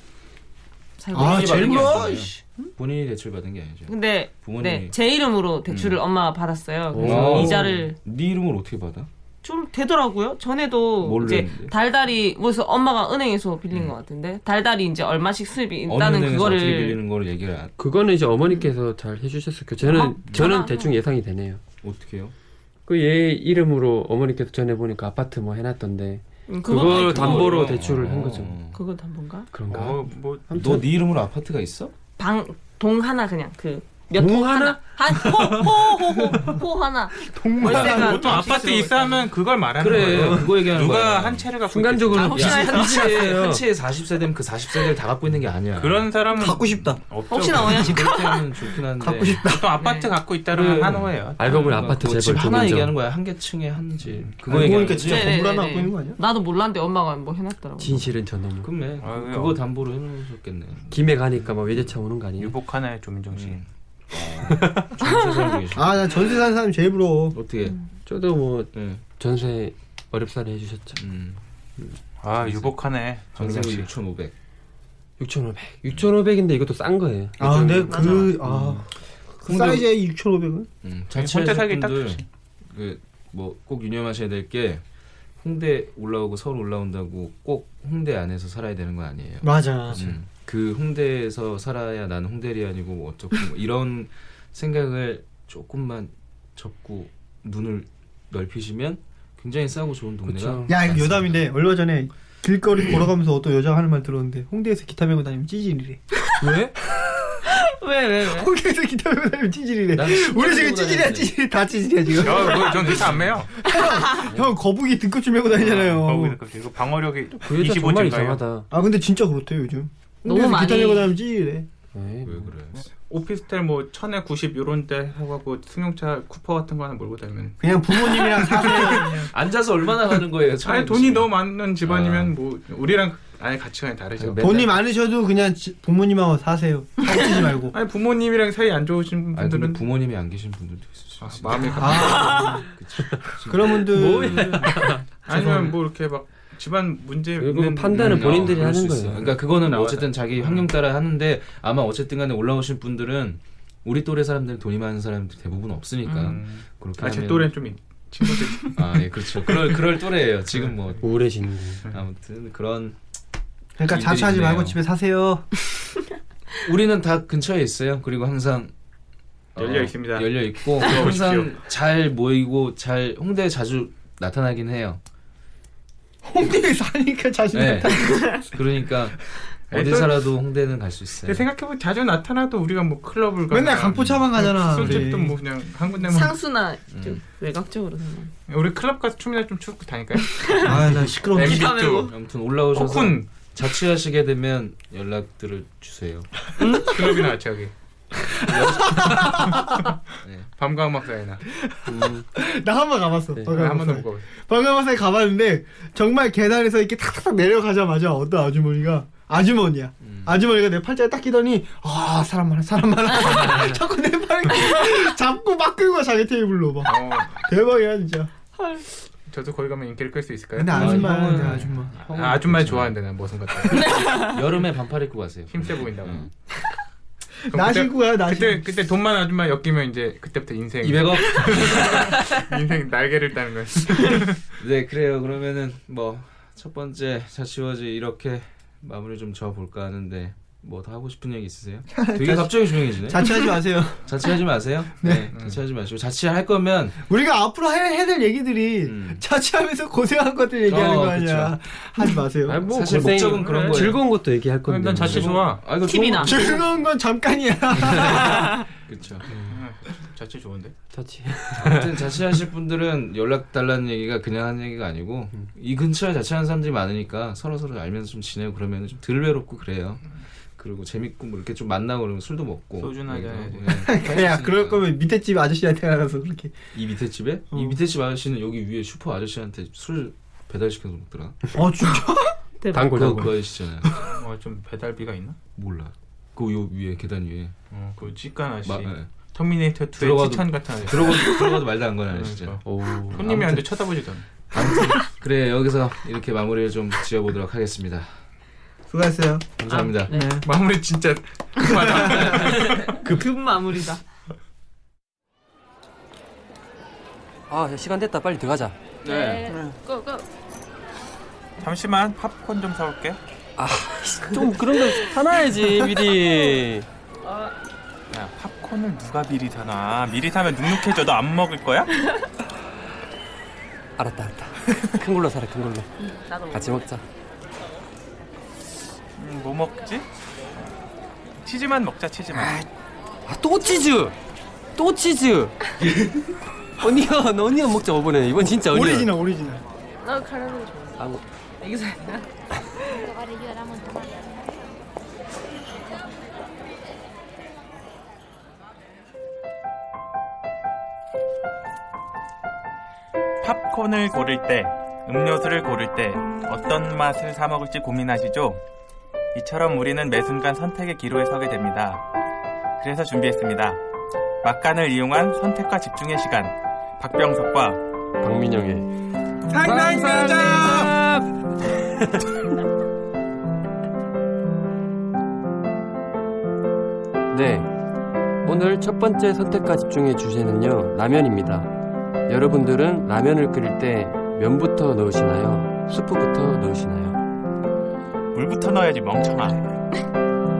[SPEAKER 7] 살고
[SPEAKER 6] 아,
[SPEAKER 1] 본인이
[SPEAKER 6] 제일
[SPEAKER 1] 받은 게
[SPEAKER 6] 물어,
[SPEAKER 1] 아니잖아요. 본인이 대출 받은 게 아니죠.
[SPEAKER 7] 근데
[SPEAKER 1] 부모님이
[SPEAKER 7] 네, 제 이름으로 대출을
[SPEAKER 1] 음.
[SPEAKER 7] 엄마가 받았어요.
[SPEAKER 1] 오.
[SPEAKER 7] 그래서 이자를
[SPEAKER 1] 네 이름을 어떻게 받아?
[SPEAKER 7] 좀 되더라고요. 전에도
[SPEAKER 1] 모르겠는데.
[SPEAKER 7] 이제 달달이 그래서 엄마가 은행에서 빌린
[SPEAKER 1] 음.
[SPEAKER 7] 것 같은데 달달이 이제 얼마씩 수입이
[SPEAKER 1] 어느
[SPEAKER 7] 있다는
[SPEAKER 1] 은행에서
[SPEAKER 7] 그거를
[SPEAKER 1] 어떻게 빌리는 거를 얘기를 안
[SPEAKER 5] 그거는 이제 어머니께서 잘 해주셨을 거예요. 저는
[SPEAKER 7] 아,
[SPEAKER 5] 저는
[SPEAKER 7] 전화.
[SPEAKER 5] 대충 예상이 되네요.
[SPEAKER 1] 어떻게 해요?
[SPEAKER 5] 그 얘 이름으로 어머니께서 전해보니까 아파트 뭐 해놨던데
[SPEAKER 7] 음, 그거
[SPEAKER 5] 그걸
[SPEAKER 7] 말고
[SPEAKER 5] 담보로 대출을 한 거죠.
[SPEAKER 1] 어.
[SPEAKER 7] 그건 담보인가?
[SPEAKER 5] 그런가?
[SPEAKER 3] 어, 뭐
[SPEAKER 1] 너 네 이름으로 아파트가 있어?
[SPEAKER 7] 방 동 하나 그냥 그몇
[SPEAKER 5] 동
[SPEAKER 7] 동
[SPEAKER 5] 하나?
[SPEAKER 7] 하나 한호호호호 하나
[SPEAKER 6] 동물.
[SPEAKER 7] 월세가
[SPEAKER 3] 보통 아파트 입사하면 그걸 말하는 거예요.
[SPEAKER 1] 그거 얘기하는
[SPEAKER 3] 누가 한 채를 갖고
[SPEAKER 5] 순간적으로
[SPEAKER 7] 아, 혹시나
[SPEAKER 5] 야,
[SPEAKER 1] 한 채에 한 채에 40세 되면 그 40세를 다 갖고 있는 게 아니야.
[SPEAKER 3] 있겠지. 그런 사람은
[SPEAKER 6] 음. 갖고 싶다.
[SPEAKER 3] 없죠.
[SPEAKER 7] 혹시나 오냐 지금
[SPEAKER 1] 그렇게 하면 좋긴 한데.
[SPEAKER 6] 갖고 싶다.
[SPEAKER 3] 보통 아파트
[SPEAKER 7] 네.
[SPEAKER 3] 갖고 있다라는
[SPEAKER 1] 그래.
[SPEAKER 3] 한호예요.
[SPEAKER 5] 알고 보니 아파트
[SPEAKER 1] 그거
[SPEAKER 5] 재벌
[SPEAKER 1] 집뭐 하나 얘기하는
[SPEAKER 5] 조민정
[SPEAKER 1] 거야. 한 개층에 한 집. 그거
[SPEAKER 6] 그거
[SPEAKER 1] 얘기하는
[SPEAKER 6] 보니까
[SPEAKER 1] 거지.
[SPEAKER 6] 진짜
[SPEAKER 7] 네,
[SPEAKER 6] 건물
[SPEAKER 7] 네,
[SPEAKER 6] 하나
[SPEAKER 7] 네,
[SPEAKER 6] 갖고
[SPEAKER 7] 네.
[SPEAKER 6] 있는 거 아니야?
[SPEAKER 7] 나도 몰랐는데 엄마가 뭐 해놨더라고.
[SPEAKER 5] 진실은 저 너무
[SPEAKER 1] 그래.
[SPEAKER 3] 아, 왜요?
[SPEAKER 1] 그거 담보로 해놓으셨겠네.
[SPEAKER 5] 김에 가니까 막 외제차 오는 거 아니에요?
[SPEAKER 3] 유복 하나의 조민정 씨.
[SPEAKER 1] 음. 어, 좋은 세상에 계시.
[SPEAKER 6] 아 나 전세 사는 사람 제일 부러워.
[SPEAKER 1] 어떻게?
[SPEAKER 3] 음.
[SPEAKER 5] 저도 뭐
[SPEAKER 1] 네.
[SPEAKER 5] 전세 어렵사리 해주셨죠.
[SPEAKER 1] 음.
[SPEAKER 3] 아 유복하네
[SPEAKER 1] 전세금
[SPEAKER 3] 정세씨.
[SPEAKER 1] 6,500.
[SPEAKER 5] 6,500. 6,500인데 이것도 싼 거예요.
[SPEAKER 6] 아 근데
[SPEAKER 7] 맞아.
[SPEAKER 6] 그 아. 그 사이즈에 6,500원?
[SPEAKER 1] 음.
[SPEAKER 3] 혼자 살기 딱
[SPEAKER 1] 자취하실
[SPEAKER 3] 좋지.
[SPEAKER 1] 분들 그뭐꼭 유념하셔야 될 게 홍대 올라오고 서울 올라온다고 꼭 홍대 안에서 살아야 되는 거 아니에요.
[SPEAKER 6] 맞아.
[SPEAKER 1] 음, 그 홍대에서 살아야 나는 홍대리 아니고 뭐 어쩌고 뭐 이런 생각을 조금만 접고 눈을 넓히시면 굉장히 싸고 좋은 동네가
[SPEAKER 5] 그쵸.
[SPEAKER 6] 야 이거
[SPEAKER 1] 많습니다.
[SPEAKER 6] 여담인데 얼마 전에 길거리 걸어가면서 어떤 여자가 하는 말 들었는데 홍대에서 기타 메고 다니면 찌질이래.
[SPEAKER 1] 왜?
[SPEAKER 7] 왜 왜 왜?
[SPEAKER 6] 홍대에서 기타 메고 다니면 찌질이래.
[SPEAKER 1] 난 신발
[SPEAKER 6] 우리 지금
[SPEAKER 1] 메고
[SPEAKER 6] 찌질이야
[SPEAKER 1] 다니는데.
[SPEAKER 6] 찌질이 다 찌질이야 지금.
[SPEAKER 3] 저전 기사 안 매요.
[SPEAKER 6] 형 거북이 등껍질 메고 다니잖아요.
[SPEAKER 3] 거기서 그- 이거 방어력이
[SPEAKER 5] 그 여자 정말
[SPEAKER 3] 25인가요?
[SPEAKER 5] 이상하다.
[SPEAKER 6] 아 근데 진짜 그렇대 요즘. 홍대에서
[SPEAKER 7] 너무
[SPEAKER 6] 기타
[SPEAKER 7] 많이-
[SPEAKER 6] 메고 다니면 찌질이래.
[SPEAKER 1] 왜
[SPEAKER 5] 네.
[SPEAKER 1] 그래?
[SPEAKER 3] 오피스텔 뭐 천에 90 요런 데 하고 하고 승용차 쿠퍼 같은 거 하나 몰고 다니면
[SPEAKER 6] 그냥 부모님이랑 사세요.
[SPEAKER 1] 앉아서 얼마나 가는 거예요?
[SPEAKER 3] 아니
[SPEAKER 1] 차에
[SPEAKER 3] 돈이
[SPEAKER 1] 보시면.
[SPEAKER 3] 너무 많은 집안이면 뭐 우리랑 아예 가치관이 다르죠.
[SPEAKER 1] 아니,
[SPEAKER 6] 돈이 많으셔도 그냥 지- 부모님하고 사세요. 살찌지 말고.
[SPEAKER 3] 아니 부모님이랑 사이 안 좋으신
[SPEAKER 1] 아니 근데
[SPEAKER 3] 분들은
[SPEAKER 1] 부모님이 안 계신 분들도 있으시죠.
[SPEAKER 3] 아, 마음이 가.
[SPEAKER 6] 아
[SPEAKER 1] 그치.
[SPEAKER 6] 그런 분들
[SPEAKER 3] 아니면 뭐 이렇게 막 집안 문제
[SPEAKER 5] 결국은
[SPEAKER 3] 있는
[SPEAKER 5] 판단은
[SPEAKER 3] 분들.
[SPEAKER 5] 본인들이
[SPEAKER 1] 그럴 수
[SPEAKER 5] 하는
[SPEAKER 1] 있어요.
[SPEAKER 5] 거예요.
[SPEAKER 1] 그러니까 그거는 뭐
[SPEAKER 3] 나와요. 음.
[SPEAKER 1] 어쨌든 자기 환경 따라 하는데 아마 어쨌든 간에 올라오신 분들은 우리 또래 사람들은 돈이 많은 사람들 대부분 없으니까
[SPEAKER 3] 음.
[SPEAKER 1] 그렇게
[SPEAKER 3] 아제
[SPEAKER 1] 하면-
[SPEAKER 3] 또래는 좀 친구들
[SPEAKER 1] 아, 예, 그렇죠. 그럴 그럴 또래예요. 지금
[SPEAKER 3] 음.
[SPEAKER 1] 뭐
[SPEAKER 5] 우울해지는 거예요.
[SPEAKER 1] 아무튼 그런
[SPEAKER 6] 그러니까
[SPEAKER 1] 일들이
[SPEAKER 6] 자취하지
[SPEAKER 1] 있네요.
[SPEAKER 6] 말고 집에 사세요.
[SPEAKER 1] 우리는 다 근처에 있어요. 그리고 항상 어,
[SPEAKER 3] 열려 있습니다.
[SPEAKER 1] 열려 있고
[SPEAKER 3] 들어오십시오.
[SPEAKER 1] 항상 잘 모이고 잘 홍대에 자주 나타나긴 해요.
[SPEAKER 6] 홍대에 사니까 자신
[SPEAKER 1] 네. 그러니까
[SPEAKER 3] 아니,
[SPEAKER 1] 어디서라도 홍대는 갈 수 있어요.
[SPEAKER 3] 근데 생각해보면 자주 나타나도 우리가 뭐 클럽을 가나
[SPEAKER 6] 맨날 강포차만 가잖아.
[SPEAKER 3] 술집도
[SPEAKER 6] 우리.
[SPEAKER 3] 뭐 그냥 한 군데만
[SPEAKER 7] 상수나 좀
[SPEAKER 1] 음.
[SPEAKER 7] 외곽적으로 생각.
[SPEAKER 3] 우리 클럽 가서 춤이나 좀 추고 다닐까요?
[SPEAKER 6] 아나 시끄러워.
[SPEAKER 3] MB
[SPEAKER 7] 기타 메고.
[SPEAKER 6] 뭐?
[SPEAKER 3] 쪽 어,
[SPEAKER 1] 아무튼 올라오셔서
[SPEAKER 3] 코쿤
[SPEAKER 1] 자취하시게 되면 연락들을 주세요.
[SPEAKER 3] 클럽이나 같이 하기
[SPEAKER 1] 네.
[SPEAKER 3] 밤과 음악 사이나
[SPEAKER 5] 음,
[SPEAKER 6] 나 한 번 가봤어.
[SPEAKER 5] 네.
[SPEAKER 3] 한 번도
[SPEAKER 6] 방금
[SPEAKER 3] 못 가봤어
[SPEAKER 6] 방금에 가봤는데 정말 계단에서 이렇게 탁탁탁 내려가자마자 어떤 아주머니가 아주머니야.
[SPEAKER 1] 음.
[SPEAKER 6] 아주머니가 내 팔자에 딱 끼더니 아 사람 많아 사람 많아 자꾸 내 팔을 잡고 막 끌고 자기 테이블로 막
[SPEAKER 3] 어,
[SPEAKER 6] 대박이야 진짜.
[SPEAKER 3] 저도 거기 가면 인기를 끌 수 있을까요?
[SPEAKER 6] 근데
[SPEAKER 1] 아,
[SPEAKER 6] 아줌마야
[SPEAKER 1] 형은-
[SPEAKER 6] 근데 아줌마.
[SPEAKER 1] 형은
[SPEAKER 3] 아, 아줌마
[SPEAKER 1] 괜찮아요.
[SPEAKER 3] 좋아하는데 난 무슨 같아
[SPEAKER 1] 여름에 반팔 입고 가세요.
[SPEAKER 3] 힘세 보인다고
[SPEAKER 1] 응.
[SPEAKER 3] 그럼
[SPEAKER 6] 나
[SPEAKER 3] 그때-
[SPEAKER 6] 신고 가요 나
[SPEAKER 3] 그때
[SPEAKER 6] 신고.
[SPEAKER 3] 그때 돈 많은 아줌마 엮이면 이제 그때부터 인생
[SPEAKER 1] 200억.
[SPEAKER 3] 인생 날개를 따는 거야
[SPEAKER 1] 네 그래요. 그러면은 뭐 첫 번째 자취워지 이렇게 마무리 좀 저어볼까 하는데 뭐 더 하고 싶은 얘기 있으세요? 되게 갑자기 조용해지네.
[SPEAKER 6] 자취하지 마세요.
[SPEAKER 1] 자취하지 마세요. 네. 자취하지 마시고 자취할 거면
[SPEAKER 6] 우리가 앞으로 해, 해야 될 얘기들이
[SPEAKER 1] 음.
[SPEAKER 6] 자취하면서 고생한 것들 얘기하는
[SPEAKER 1] 어,
[SPEAKER 6] 거 아니야. 하지 마세요.
[SPEAKER 5] 아니, 뭐
[SPEAKER 1] 사실
[SPEAKER 5] 고생이-
[SPEAKER 1] 목적은 그런 거예요.
[SPEAKER 5] 뭐. 즐거운 것도 얘기할 건데.
[SPEAKER 3] 난 자취 좋아
[SPEAKER 1] 아 이거
[SPEAKER 7] TV나
[SPEAKER 6] 즐거운 건 잠깐이야.
[SPEAKER 1] 그렇죠.
[SPEAKER 3] 자체 좋은데.
[SPEAKER 5] 자취.
[SPEAKER 1] 아무튼 자취하실 분들은 연락 달라는 얘기가 그냥 하는 얘기가 아니고 이 근처에 자취하는 사람들이 많으니까 서로 서로 알면서 좀 지내고 그러면 좀 덜 외롭고 그래요. 그리고 재밌고 뭐 이렇게 좀 만나고 그러면 술도 먹고
[SPEAKER 3] 소주 나
[SPEAKER 1] 얘기도
[SPEAKER 3] 해야지.
[SPEAKER 1] 하고, 예.
[SPEAKER 4] 그냥 그럴 거면 밑에 집 아저씨한테 가서 그렇게
[SPEAKER 1] 이 밑에 집에
[SPEAKER 4] 어.
[SPEAKER 1] 이 밑에 집 아저씨는 여기 위에 슈퍼 아저씨한테 술 배달 시켜서 먹더라.
[SPEAKER 4] 어 진짜
[SPEAKER 5] 단골
[SPEAKER 1] 그거
[SPEAKER 5] 단골.
[SPEAKER 1] 그 아저씨잖아요.
[SPEAKER 3] 어좀 배달비가 있나?
[SPEAKER 1] 몰라. 그 요 위에 계단 위에
[SPEAKER 3] 어, 그 찌깐 아씨.
[SPEAKER 1] 마, 예.
[SPEAKER 3] 터미네이터 2의
[SPEAKER 1] 들어가도-
[SPEAKER 3] 티탄 같은 아저씨.
[SPEAKER 1] 들어가도 들어가도 말도 안 거는 아저씨죠.
[SPEAKER 3] 그러니까.
[SPEAKER 5] 오.
[SPEAKER 3] 손님이 한테 쳐다보지도 않아.
[SPEAKER 1] 그래 여기서 이렇게 마무리를 좀 지어보도록 하겠습니다.
[SPEAKER 4] 수고하세요.
[SPEAKER 1] 감사합니다.
[SPEAKER 7] 네.
[SPEAKER 3] 마무리 진짜 맞아.
[SPEAKER 7] 급 마무리다.
[SPEAKER 5] 아 야, 시간 됐다 빨리 들어가자.
[SPEAKER 7] 네. 고고.
[SPEAKER 3] 잠시만 팝콘 좀 사올게.
[SPEAKER 5] 좀 그런 걸 사놔야지 미리.
[SPEAKER 3] 야 팝콘을 누가 미리 사나? 미리 사면 눅눅해져. 너 안 먹을 거야?
[SPEAKER 5] 알았다 알았다. 큰 걸로 사라 큰 걸로.
[SPEAKER 7] 나도
[SPEAKER 5] 같이 먹자.
[SPEAKER 3] 음, 뭐 먹지? 치즈만 먹자 치즈만.
[SPEAKER 5] 아, 또 치즈! 또 치즈! 언니가, 너 언니가 먹자, 이번에. 이번 진짜 언니.
[SPEAKER 4] 오리지널 오리지널.
[SPEAKER 7] 나 카라멜 좋아.
[SPEAKER 5] 아, 뭐.
[SPEAKER 7] 이게 사.
[SPEAKER 3] 팝콘을 고를 때, 음료수를 고를 때 어떤 맛을 사 먹을지 고민하시죠? 이처럼 우리는 매 순간 선택의 기로에 서게 됩니다. 그래서 준비했습니다. 막간을 이용한 선택과 집중의 시간. 박병석과
[SPEAKER 5] 박민영의. 네. 오늘 첫 번째 선택과 집중의 주제는요, 라면입니다. 여러분들은 라면을 끓일 때 면부터 넣으시나요? 수프부터 넣으시나요?
[SPEAKER 3] 물부터 넣어야지 멍청아.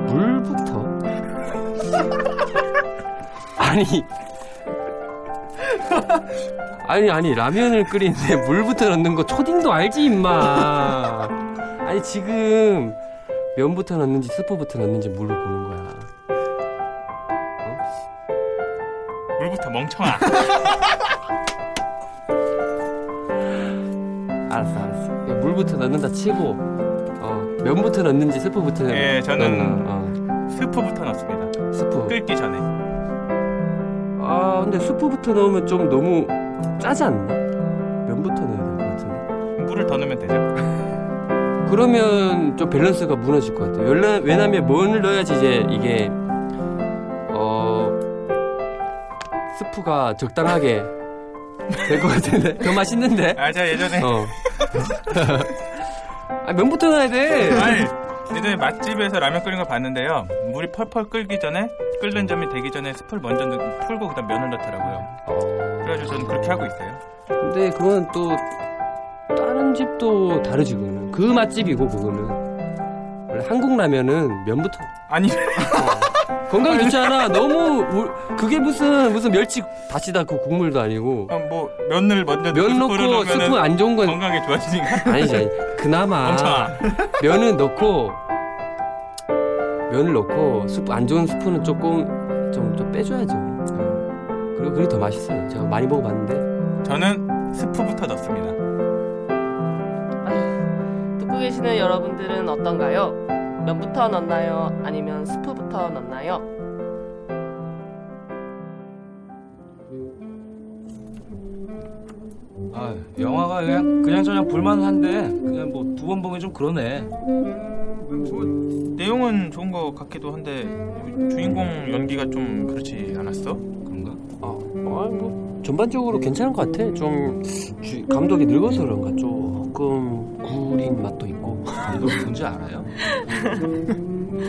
[SPEAKER 5] 물부터? 아니. 아니, 아니, 라면을 끓이는데 물부터 넣는 거 초딩도 알지, 임마. 아니, 지금 면부터 넣는지 스프부터 넣는지 물을 보는 거야. 어?
[SPEAKER 3] 물부터 멍청아.
[SPEAKER 5] 알았어, 알았어. 그냥 물부터 넣는다 치고, 어, 면부터 넣는지 스프부터
[SPEAKER 3] 예, 저는
[SPEAKER 5] 넣나, 어,
[SPEAKER 3] 스프부터 넣습니다.
[SPEAKER 5] 스프.
[SPEAKER 3] 끓기 전에.
[SPEAKER 5] 아, 근데 스프부터 넣으면 좀 너무 짜지 않나? 면부터 넣어야 될 것 같은데.
[SPEAKER 3] 물을 더 넣으면 되죠.
[SPEAKER 5] 그러면 좀 밸런스가 무너질 것 같아요. 열라- 왜냐면 면을 넣어야지 이제 이게 어 스프가 적당하게 될 것 같은데 더 맛있는데.
[SPEAKER 3] 아, 제가 예전에
[SPEAKER 5] 어. 아 면부터 넣어야 돼.
[SPEAKER 3] 아니, 예전에 맛집에서 라면 끓인 걸 봤는데요. 물이 펄펄 끓기 전에 끓는 점이 되기 전에 스프를 먼저 넣- 풀고 그다음 면을 넣더라고요.
[SPEAKER 5] 어,
[SPEAKER 3] 그래가지고 저는 그렇게 하고 있어요.
[SPEAKER 5] 근데 그건 또 다른 집도 다르지 그거는. 그 맛집이고 그거는. 원래 한국 라면은 면부터
[SPEAKER 3] 아니,
[SPEAKER 5] 건강 좋지 않아. 너무 우- 그게 무슨 무슨 멸치 다시다 그 국물도 아니고
[SPEAKER 3] 그럼 뭐 면을 먼저 넣고
[SPEAKER 5] 면
[SPEAKER 3] 스프를
[SPEAKER 5] 넣고
[SPEAKER 3] 넣으면은
[SPEAKER 5] 스프 안 좋은 건
[SPEAKER 3] 건강에 좋아지니까.
[SPEAKER 5] 아니지, 아니 그나마
[SPEAKER 3] 멍청아.
[SPEAKER 5] 면은 넣고 면을 넣고 스프 안 좋은 스프는 조금 좀, 좀 빼줘야죠. 예. 그리고 그게 더 맛있어요. 제가 많이 먹어봤는데
[SPEAKER 3] 저는 스프부터 넣습니다.
[SPEAKER 7] 듣고 계시는 여러분들은 어떤가요? 면부터 넣나요? 아니면 스프부터 넣나요?
[SPEAKER 1] 아, 영화가 그냥 그냥 저냥 볼만한데 그냥 뭐 두 번 보기 좀 그러네.
[SPEAKER 3] 내용은 좋은 것 같기도 한데 주인공 연기가 좀 그렇지 않았어?
[SPEAKER 1] 그런가?
[SPEAKER 5] 아, 아, 뭐 전반적으로 괜찮은 것 같아. 좀 주- 감독이 늙어서 그런가 조금 구린 맛도 있고.
[SPEAKER 1] 감독 누군지 알아요?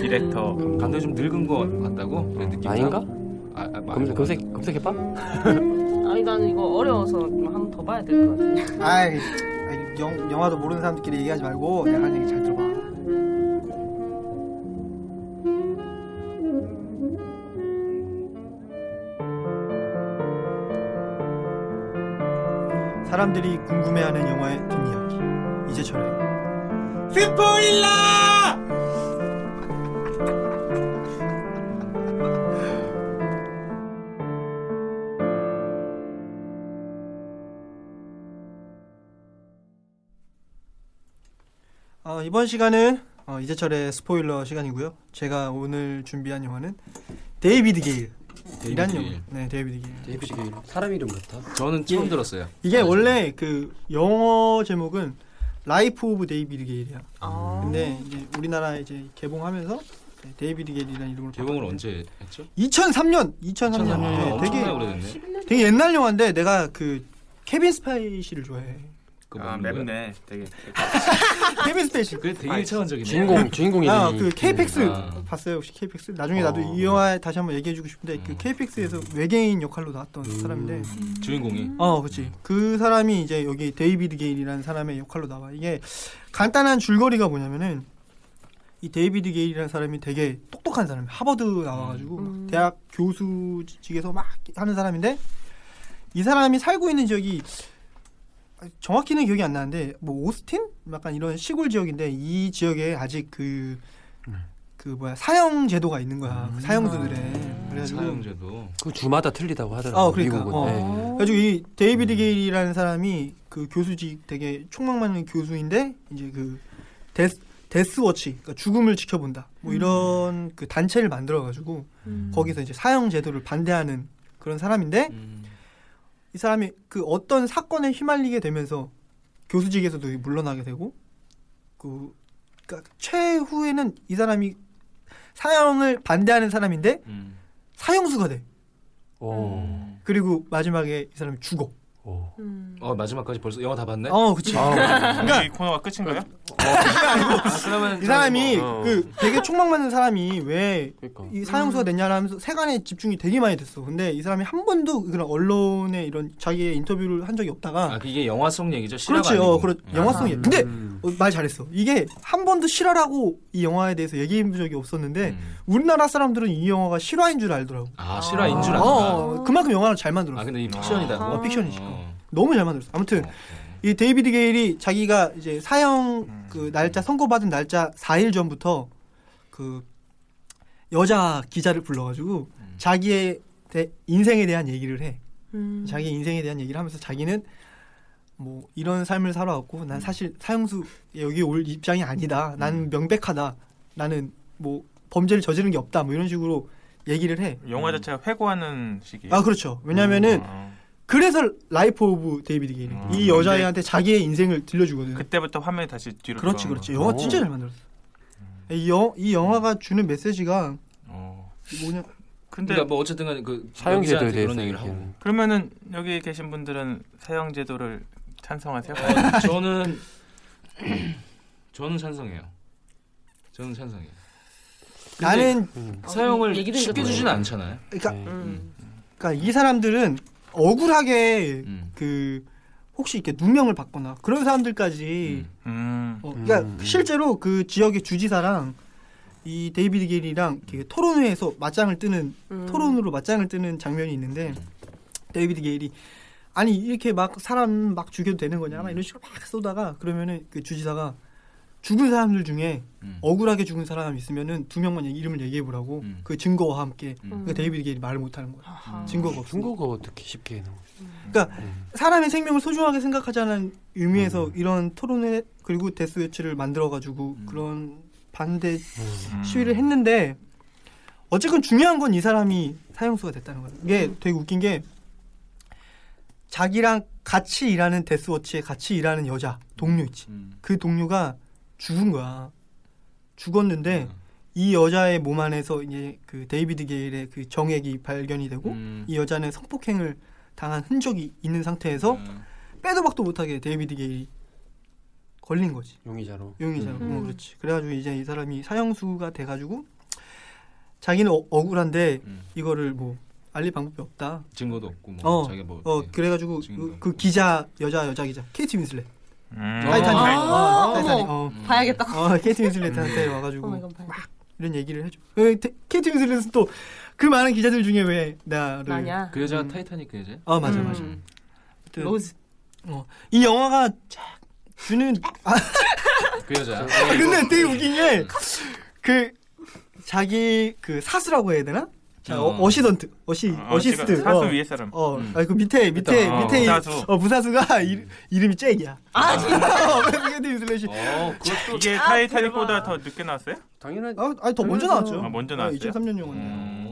[SPEAKER 3] 디렉터.
[SPEAKER 1] 감독이 좀 늙은 것 같다고? 내 느낌.
[SPEAKER 5] 아닌가? 그
[SPEAKER 1] 아, 아, 맞아.
[SPEAKER 5] 검색 검색 검색해봐.
[SPEAKER 7] 아니 난 이거 어려워서 좀 한번 더 봐야 될 것 같아.
[SPEAKER 6] 아이, 아이, 영, 영화도 모르는 사람들끼리 얘기하지 말고 내가 하는 얘기 잘 들어봐.
[SPEAKER 4] 사람들이 궁금해하는 영화의 뒷이야기. 이제철의
[SPEAKER 6] 아, 이번 시간은 어, 이제철의 스포일러 시간이고요. 제가 오늘 준비한 영화는 데이비드 게일이라는
[SPEAKER 1] 데이비드
[SPEAKER 6] 영화.
[SPEAKER 1] 게일.
[SPEAKER 6] 네, 데이비드 게일.
[SPEAKER 5] 데이비드 게일 그 사람 이름 같아.
[SPEAKER 1] 저는
[SPEAKER 6] 예.
[SPEAKER 1] 처음 들었어요.
[SPEAKER 6] 이게 원래 그 영어 제목은 라이프 오브 데이비드 게일이야.
[SPEAKER 2] 아.
[SPEAKER 6] 근데 네, 이제 우리나라 이제 개봉하면서 이제 데이비드 게일이라는 이름으로
[SPEAKER 1] 개봉을
[SPEAKER 6] 바꿨는데
[SPEAKER 1] 언제 했죠?
[SPEAKER 6] 2003년, 2003년.
[SPEAKER 1] 아,
[SPEAKER 6] 네,
[SPEAKER 1] 엄청나게
[SPEAKER 6] 되게
[SPEAKER 1] 오래됐네.
[SPEAKER 6] 되게 옛날 영화인데 내가 그 케빈 스파이시를 좋아해.
[SPEAKER 1] 그거
[SPEAKER 3] 아,
[SPEAKER 1] 먹는 거야?
[SPEAKER 3] 맵네. 되게.
[SPEAKER 6] 케빈 스페이시.
[SPEAKER 1] 그게 되게 1차원적이네.
[SPEAKER 5] 주인공 주인공이
[SPEAKER 6] 아,
[SPEAKER 5] 되는
[SPEAKER 6] 그
[SPEAKER 5] 이
[SPEAKER 6] KPX
[SPEAKER 1] 아.
[SPEAKER 6] 봤어요 혹시 KPX? 나중에
[SPEAKER 5] 어.
[SPEAKER 6] 나도 이 영화 다시 한번 얘기해주고 싶은데 그
[SPEAKER 1] 음.
[SPEAKER 6] KPX에서 외계인 역할로 나왔던
[SPEAKER 5] 음.
[SPEAKER 6] 사람인데,
[SPEAKER 1] 주인공이
[SPEAKER 6] 어, 그렇지. 그 사람이 이제 여기 데이비드 게일이라는 사람의 역할로 나와. 이게 간단한 줄거리가 뭐냐면은 이 데이비드 게일이라는 사람이 되게 똑똑한 사람, 하버드 나와가지고 막
[SPEAKER 7] 음.
[SPEAKER 6] 대학 교수직에서 막 하는 사람인데 이 사람이 살고 있는 지역이 정확히는 기억이 안 나는데 뭐 오스틴 약간 이런 시골 지역인데 이 지역에 아직 그 그 뭐야 사형 제도가 있는 거야 그 사형수들의 그래가지고
[SPEAKER 1] 사용제도
[SPEAKER 5] 그 주마다 틀리다고 하더라고요.
[SPEAKER 6] 어, 그러니까.
[SPEAKER 5] 미국은.
[SPEAKER 6] 어.
[SPEAKER 5] 네.
[SPEAKER 6] 그래가지고 이
[SPEAKER 1] 음.
[SPEAKER 6] 데이비드 게일이라는 사람이 그 교수직 되게 촉망받는 교수인데 이제 그 데스, 데스워치 그러니까 죽음을 지켜본다 뭐 이런 그 단체를 만들어가지고 거기서 이제 사형 제도를 반대하는 그런 사람인데
[SPEAKER 1] 음.
[SPEAKER 6] 이 사람이 그 어떤 사건에 휘말리게 되면서 교수직에서도 물러나게 되고 그 그러니까 최후에는 이 사람이 사형을 반대하는 사람인데
[SPEAKER 1] 음.
[SPEAKER 6] 사형수가 돼
[SPEAKER 5] 오.
[SPEAKER 6] 그리고 마지막에 이 사람이 죽어
[SPEAKER 5] 오.
[SPEAKER 1] 어 마지막까지 벌써 영화 다 봤네. 아,
[SPEAKER 6] 어 그치
[SPEAKER 3] 이 코너가 끝인가요?
[SPEAKER 5] 아,
[SPEAKER 6] 이 사람이
[SPEAKER 5] 어.
[SPEAKER 6] 그 되게 촉망받는 사람이 왜 이
[SPEAKER 5] 그러니까.
[SPEAKER 1] 음.
[SPEAKER 6] 사형수가 됐냐를 하면서 세간에 집중이 되게 많이 됐어. 근데 이 사람이 한 번도 그런 언론에 이런 자기의 인터뷰를 한 적이 없다가
[SPEAKER 1] 아 이게 영화 속 얘기죠. 실화가
[SPEAKER 6] 그렇지, 어,
[SPEAKER 1] 아니고.
[SPEAKER 6] 그렇
[SPEAKER 1] 음.
[SPEAKER 6] 영화성이. 근데
[SPEAKER 5] 음.
[SPEAKER 6] 어, 말 잘했어. 이게 한 번도 실화라고 이 영화에 대해서 얘기해 본 적이 없었는데
[SPEAKER 1] 음.
[SPEAKER 6] 우리나라 사람들은 이 영화가 실화인 줄 알더라고.
[SPEAKER 1] 아 실화인 줄
[SPEAKER 6] 어,
[SPEAKER 1] 안다.
[SPEAKER 6] 어, 그만큼 영화를 잘 만들었어.
[SPEAKER 1] 아 근데 이 픽션이다.
[SPEAKER 6] 어, 픽션이지.
[SPEAKER 1] 어.
[SPEAKER 6] 너무 잘 만들었어. 아무튼 이 데이비드 게일이 자기가 이제 사형 그 날짜 선고받은 날짜 4일 전부터 그 여자 기자를 불러가지고 자기의 대- 인생에 대한 얘기를 해.
[SPEAKER 7] 음.
[SPEAKER 6] 자기 인생에 대한 얘기를 하면서 자기는 뭐 이런 삶을 살아왔고 난 사실 사형수 여기 올 입장이 아니다. 나는 명백하다. 나는 뭐 범죄를 저지른 게 없다. 뭐 이런 식으로 얘기를 해.
[SPEAKER 3] 영화 자체가 회고하는 시기.
[SPEAKER 6] 아 그렇죠. 왜냐면은
[SPEAKER 3] 어.
[SPEAKER 6] 그래서 라이프 오브 데이비드 게일이
[SPEAKER 3] 음,
[SPEAKER 6] 이 여자애한테 자기의 인생을 들려주거든. 요
[SPEAKER 3] 그때부터 화면이 다시 뒤로
[SPEAKER 6] 그렇지
[SPEAKER 3] 돌아가는
[SPEAKER 6] 그렇지
[SPEAKER 3] 거야.
[SPEAKER 6] 영화
[SPEAKER 5] 오.
[SPEAKER 6] 진짜 잘 만들었어 이, 영, 이 영화가 주는 메시지가
[SPEAKER 3] 어.
[SPEAKER 6] 뭐냐
[SPEAKER 3] 근데
[SPEAKER 1] 그러니까 뭐 어쨌든간 그
[SPEAKER 5] 사용제도에
[SPEAKER 1] 연기자한테
[SPEAKER 5] 대해서
[SPEAKER 1] 그런 얘기를 하고.
[SPEAKER 5] 얘기하는.
[SPEAKER 3] 그러면은 여기 계신 분들은 사형 제도를 찬성하세요?
[SPEAKER 6] 아,
[SPEAKER 1] 어, 저는 저는 찬성해요. 저는 찬성해요. 근데
[SPEAKER 6] 나는
[SPEAKER 1] 사용을
[SPEAKER 7] 얘기 들으니까
[SPEAKER 1] 쉽게
[SPEAKER 7] 또-
[SPEAKER 1] 주진 않잖아요.
[SPEAKER 6] 그러니까,
[SPEAKER 5] 네.
[SPEAKER 7] 음.
[SPEAKER 6] 그러니까 이 사람들은 억울하게
[SPEAKER 1] 음.
[SPEAKER 6] 그 혹시 이렇게 누명을 받거나 그런 사람들까지
[SPEAKER 1] 음.
[SPEAKER 3] 음.
[SPEAKER 6] 어, 그러니까
[SPEAKER 5] 음, 음.
[SPEAKER 6] 실제로 그 지역의 주지사랑 이 데이비드 게일이랑 이렇게 토론회에서 맞짱을 뜨는 토론으로 맞짱을 뜨는 장면이 있는데 데이비드 게일이 아니 이렇게 막 사람 막 죽여도 되는 거냐 막 이런 식으로 막 쏘다가 그러면은 그 주지사가 죽은 사람들 중에
[SPEAKER 1] 음.
[SPEAKER 6] 억울하게 죽은 사람이 있으면은 두 명만 얘기- 이름을 얘기해 보라고
[SPEAKER 1] 음.
[SPEAKER 6] 그 증거와 함께
[SPEAKER 1] 음.
[SPEAKER 6] 그 데이비드 게일이 말을 못 하는 거야
[SPEAKER 7] 아하.
[SPEAKER 6] 증거가 없어
[SPEAKER 5] 중국어 어떻게 쉽게 해놓은 거지?
[SPEAKER 6] 사람의 생명을 소중하게 생각하자는 의미에서 이런 토론회 그리고 데스 웨치를 만들어 가지고 그런 반대
[SPEAKER 3] 음.
[SPEAKER 6] 시위를 했는데 어쨌건 중요한 건 이 사람이 사형수가 됐다는 거예요. 이게
[SPEAKER 1] 음.
[SPEAKER 6] 되게 웃긴 게 자기랑 같이 일하는 데스워치에 같이 일하는 여자 동료 있지.
[SPEAKER 1] 음.
[SPEAKER 6] 그 동료가 죽은 거야. 죽었는데
[SPEAKER 1] 음.
[SPEAKER 6] 이 여자의 몸 안에서 이제 그 데이비드 게일의 그 정액이 발견이 되고
[SPEAKER 1] 음.
[SPEAKER 6] 이 여자는 성폭행을 당한 흔적이 있는 상태에서
[SPEAKER 1] 음.
[SPEAKER 6] 빼도 박도 못하게 데이비드 게일이 걸린 거지.
[SPEAKER 5] 용의자로.
[SPEAKER 6] 용의자로.
[SPEAKER 7] 음.
[SPEAKER 6] 어, 그렇지. 그래가지고 이제 이 사람이 사형수가 돼가지고 자기는 어- 억울한데
[SPEAKER 1] 음.
[SPEAKER 6] 이거를 뭐 알릴 방법이 없다.
[SPEAKER 1] 증거도 없고 뭐
[SPEAKER 6] 어,
[SPEAKER 1] 자기가 뭐
[SPEAKER 6] 어
[SPEAKER 1] 이렇게
[SPEAKER 6] 그래가지고
[SPEAKER 1] 지금 뭐.
[SPEAKER 6] 그, 그 기자 여자 여자 기자 케이트 윈슬렛
[SPEAKER 3] 음.
[SPEAKER 6] 타이타닉
[SPEAKER 7] 아,
[SPEAKER 6] 어,
[SPEAKER 7] 어머.
[SPEAKER 6] 타이타닉 어.
[SPEAKER 1] 음.
[SPEAKER 7] 봐야겠다.
[SPEAKER 6] 어, 케이트 윈슬렛한테 와가지고
[SPEAKER 7] 어, 이건 봐야겠다.
[SPEAKER 6] 이런 얘기를 해줘. 왜 테- 케이트 윈슬렛은 또 그 많은 기자들 중에 왜 나를
[SPEAKER 7] 마냐.
[SPEAKER 1] 그 여자
[SPEAKER 6] 음.
[SPEAKER 1] 타이타닉 그 여자?
[SPEAKER 6] 어 맞아
[SPEAKER 7] 음.
[SPEAKER 6] 맞아. 아무튼
[SPEAKER 7] 로즈.
[SPEAKER 6] 이 영화가 쫙 주는
[SPEAKER 1] 그 여자.
[SPEAKER 6] 아,
[SPEAKER 3] 네.
[SPEAKER 6] 근데 되게 웃긴 게 그 자기 그 사수라고 해야 되나? 자,
[SPEAKER 1] 어.
[SPEAKER 6] 어, 시던트 어시
[SPEAKER 3] 어,
[SPEAKER 6] 어시스트.
[SPEAKER 3] 지금 사수
[SPEAKER 6] 어.
[SPEAKER 3] 위에 사람.
[SPEAKER 6] 어,
[SPEAKER 1] 음.
[SPEAKER 6] 아니 그 밑에 밑에
[SPEAKER 3] 어,
[SPEAKER 6] 밑에
[SPEAKER 3] 부사수.
[SPEAKER 6] 어 부사수가 이름, 이름이 잭이야. 아 진짜? 웨스게드 유슬래시.
[SPEAKER 1] 어, 그것도
[SPEAKER 3] 이게 타이타닉보다 더 늦게 나왔어요?
[SPEAKER 5] 당연하지.
[SPEAKER 6] 아, 아니 더 먼저
[SPEAKER 5] 그래서-
[SPEAKER 6] 나왔죠.
[SPEAKER 3] 아, 먼저
[SPEAKER 6] 어,
[SPEAKER 3] 나왔어요?
[SPEAKER 6] 2003년 영화인데.
[SPEAKER 1] 음,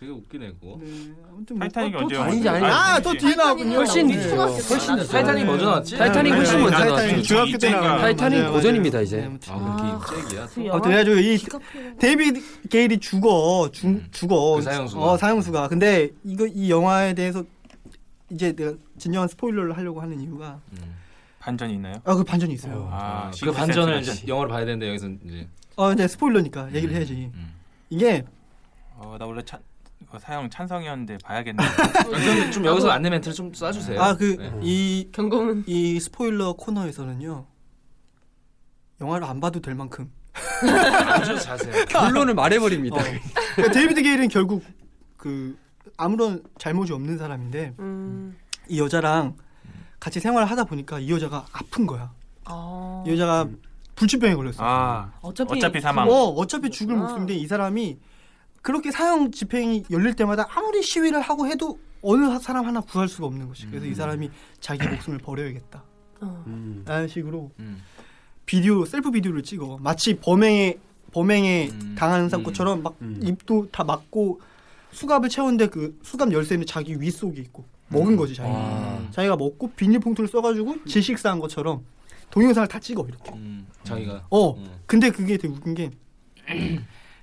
[SPEAKER 1] 되게 웃기네 그거.
[SPEAKER 6] 네, 아무튼 뭐,
[SPEAKER 3] 타이타닉이
[SPEAKER 6] 또-
[SPEAKER 3] 언제
[SPEAKER 6] 또-
[SPEAKER 5] 아니지, 아니지.
[SPEAKER 6] 아또 뒤에 나왔군요.
[SPEAKER 5] 훨씬
[SPEAKER 6] 네.
[SPEAKER 5] 뒤죠.
[SPEAKER 1] 훨씬 타이타닉 먼저 나왔지?
[SPEAKER 5] 타이타닉 훨씬 먼저
[SPEAKER 6] 타이타닉
[SPEAKER 5] 나왔죠.
[SPEAKER 6] 중학교 때
[SPEAKER 3] 이제가-
[SPEAKER 6] 나왔
[SPEAKER 5] 타이타닉 고전입니다
[SPEAKER 6] 네,
[SPEAKER 5] 이제.
[SPEAKER 6] 아무튼.
[SPEAKER 1] 아, 그게 입잭이야.
[SPEAKER 7] 그 영화
[SPEAKER 6] 아무튼 그래가지고 이
[SPEAKER 7] 기가 풀려.
[SPEAKER 6] 데이비드 게일이 죽어 죽
[SPEAKER 1] 음.
[SPEAKER 6] 죽어
[SPEAKER 1] 그 사형수가.
[SPEAKER 6] 어 사형수가 근데 이거 이 영화에 대해서 이제 내가 진정한 스포일러를 하려고 하는 이유가
[SPEAKER 3] 반전이 있나요?
[SPEAKER 6] 아 그 반전이 있어요
[SPEAKER 3] 아,
[SPEAKER 1] 그 반전을
[SPEAKER 3] 시크릿
[SPEAKER 1] 이제 영화를 봐야 되는데 여기서 이제
[SPEAKER 6] 어 이제 스포일러니까 얘기를 해야지
[SPEAKER 1] 음.
[SPEAKER 6] 이게
[SPEAKER 3] 어, 나 원래 찬 그거 사형 찬성이었는데 봐야겠네.
[SPEAKER 1] 아, 그럼 좀 여기서 안내 멘트를 좀 쏴주세요.
[SPEAKER 6] 아 그
[SPEAKER 1] 네.
[SPEAKER 6] 이 이
[SPEAKER 7] 경고문.
[SPEAKER 6] 스포일러 코너에서는요 영화를 안 봐도 될 만큼
[SPEAKER 1] 아주 자세히.
[SPEAKER 5] 결론을 말해버립니다.
[SPEAKER 6] 어. 그러니까 데이비드 게일은 결국 그 아무런 잘못이 없는 사람인데
[SPEAKER 7] 음.
[SPEAKER 6] 이 여자랑 같이 생활을 하다 보니까 이 여자가 아픈 거야
[SPEAKER 7] 아.
[SPEAKER 6] 이 여자가
[SPEAKER 1] 음.
[SPEAKER 6] 불치병에 걸렸어
[SPEAKER 3] 아,
[SPEAKER 7] 어차피,
[SPEAKER 3] 어차피 사망.
[SPEAKER 6] 어, 어차피 죽을
[SPEAKER 7] 아.
[SPEAKER 6] 목숨인데 이 사람이 그렇게 사형 집행이 열릴 때마다 아무리 시위를 하고 해도 어느 하- 사람 하나 구할 수가 없는 것이. 그래서 이 사람이 자기 목숨을 버려야겠다.
[SPEAKER 7] 어.
[SPEAKER 5] 음.
[SPEAKER 6] 라는 식으로
[SPEAKER 1] 음.
[SPEAKER 6] 비디오 셀프 비디오를 찍어 마치 범행에 범행에
[SPEAKER 1] 음.
[SPEAKER 6] 당하는 사건처럼 막
[SPEAKER 5] 음.
[SPEAKER 6] 입도 다 막고 수갑을 채웠는데 그 수갑 열쇠는 자기 위 속에 있고 먹은 거지 자기가.
[SPEAKER 1] 아.
[SPEAKER 6] 자기가 먹고 비닐봉투를 써가지고 질식사한 것처럼 동영상을 다 찍어 이렇게.
[SPEAKER 1] 음. 자기가
[SPEAKER 6] 어.
[SPEAKER 1] 음.
[SPEAKER 6] 근데 그게 되게 웃긴 게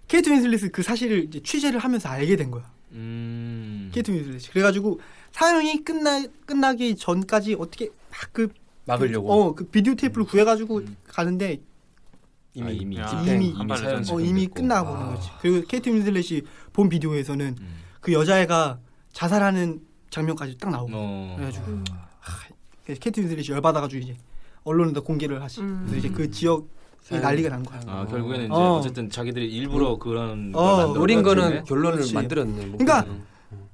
[SPEAKER 6] 케이트 윈슬릿이 그 사실을 이제 취재를 하면서 알게 된 거야.
[SPEAKER 1] 음.
[SPEAKER 6] 케이트 윈슬릿이. 그래가지고 사형이 끝나 끝나기 전까지 어떻게 막그
[SPEAKER 1] 막으려고.
[SPEAKER 6] 어그 비디오 테이프를 구해가지고
[SPEAKER 1] 음.
[SPEAKER 6] 가는데
[SPEAKER 1] 이미 이미
[SPEAKER 3] 아,
[SPEAKER 6] 이미-
[SPEAKER 1] 이미 사연
[SPEAKER 6] 어
[SPEAKER 1] 지금
[SPEAKER 6] 이미
[SPEAKER 1] 됐고.
[SPEAKER 6] 끝나버린
[SPEAKER 1] 아.
[SPEAKER 6] 거지. 그리고 케이트 윈슬릿이 본 비디오에서는
[SPEAKER 1] 음.
[SPEAKER 6] 그 여자애가 자살하는 장면까지 딱 나오고
[SPEAKER 1] 어.
[SPEAKER 6] 그래가지고
[SPEAKER 7] 음.
[SPEAKER 6] 그래서 케이트 윈슬릿이 열받아가지고 이제 언론에다 공개를 하지.
[SPEAKER 7] 음.
[SPEAKER 6] 그래서 이제 그 지역이 난리가 난 거야.
[SPEAKER 1] 아, 결국에는 이제
[SPEAKER 6] 어.
[SPEAKER 1] 어. 쨌든 자기들이 일부러 그런
[SPEAKER 6] 어,
[SPEAKER 1] 걸 음, 만들었다는
[SPEAKER 5] 노린 거는
[SPEAKER 1] 건데.
[SPEAKER 5] 결론을
[SPEAKER 6] 그렇지.
[SPEAKER 5] 만들었네. 뭐.
[SPEAKER 6] 그러니까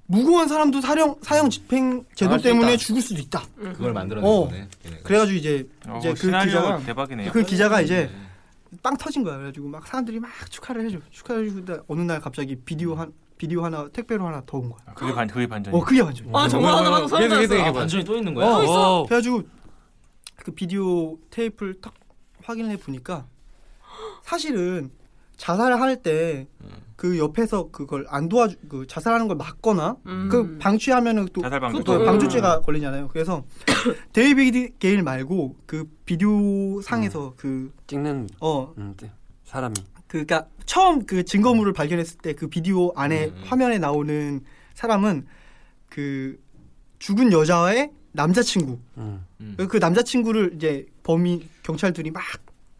[SPEAKER 6] 무고한 사람도 사형 사형 집행 제도
[SPEAKER 3] 아,
[SPEAKER 1] 당할 수
[SPEAKER 6] 때문에
[SPEAKER 1] 있다.
[SPEAKER 6] 죽을 수도 있다.
[SPEAKER 7] 음.
[SPEAKER 1] 그걸 만들어낸
[SPEAKER 6] 어.
[SPEAKER 1] 거네. 걔네가.
[SPEAKER 6] 그래가지고 이제
[SPEAKER 3] 어,
[SPEAKER 6] 이제 그
[SPEAKER 3] 시나리오
[SPEAKER 6] 기자가-
[SPEAKER 3] 대박이네요. 음.
[SPEAKER 6] 그 기자가 이제
[SPEAKER 1] 네.
[SPEAKER 6] 빵 터진 거야. 그래가지고 막 사람들이 막 축하를 해줘. 축하를 해주다 어느 날 갑자기 비디오 한 비디오 하나 택배로 하나 더 온 거야.
[SPEAKER 3] 아, 그게 반 그게 반전이.
[SPEAKER 6] 어 그게 완전.
[SPEAKER 7] 아 정말 하나 봐도 소름
[SPEAKER 1] 얘도
[SPEAKER 7] 돋았어.
[SPEAKER 1] 이게 반전이 또 있는 거야?
[SPEAKER 6] 어,
[SPEAKER 1] 어.
[SPEAKER 6] 그래가지고 그 비디오 테이프를 탁 확인해 보니까 사실은 자살을 할 때
[SPEAKER 3] 음.
[SPEAKER 6] 그 옆에서 그걸 안 도와주 그 자살하는 걸 막거나
[SPEAKER 7] 음.
[SPEAKER 6] 그 방치하면은 또
[SPEAKER 3] 자살 방조.
[SPEAKER 6] 그 또
[SPEAKER 1] 그렇죠.
[SPEAKER 7] 음.
[SPEAKER 6] 방조죄가 걸리잖아요. 그래서 데이비드 게일 말고 그 비디오
[SPEAKER 1] 음.
[SPEAKER 6] 상에서 그,
[SPEAKER 5] 찍는
[SPEAKER 6] 그어
[SPEAKER 5] 음, 때- 사람이.
[SPEAKER 6] 그니까 처음 그 증거물을 발견했을 때 그 비디오 안에
[SPEAKER 1] 음.
[SPEAKER 6] 화면에 나오는 사람은 그 죽은 여자의 남자친구.
[SPEAKER 5] 음.
[SPEAKER 1] 음.
[SPEAKER 6] 그 남자친구를 이제 범인 경찰들이 막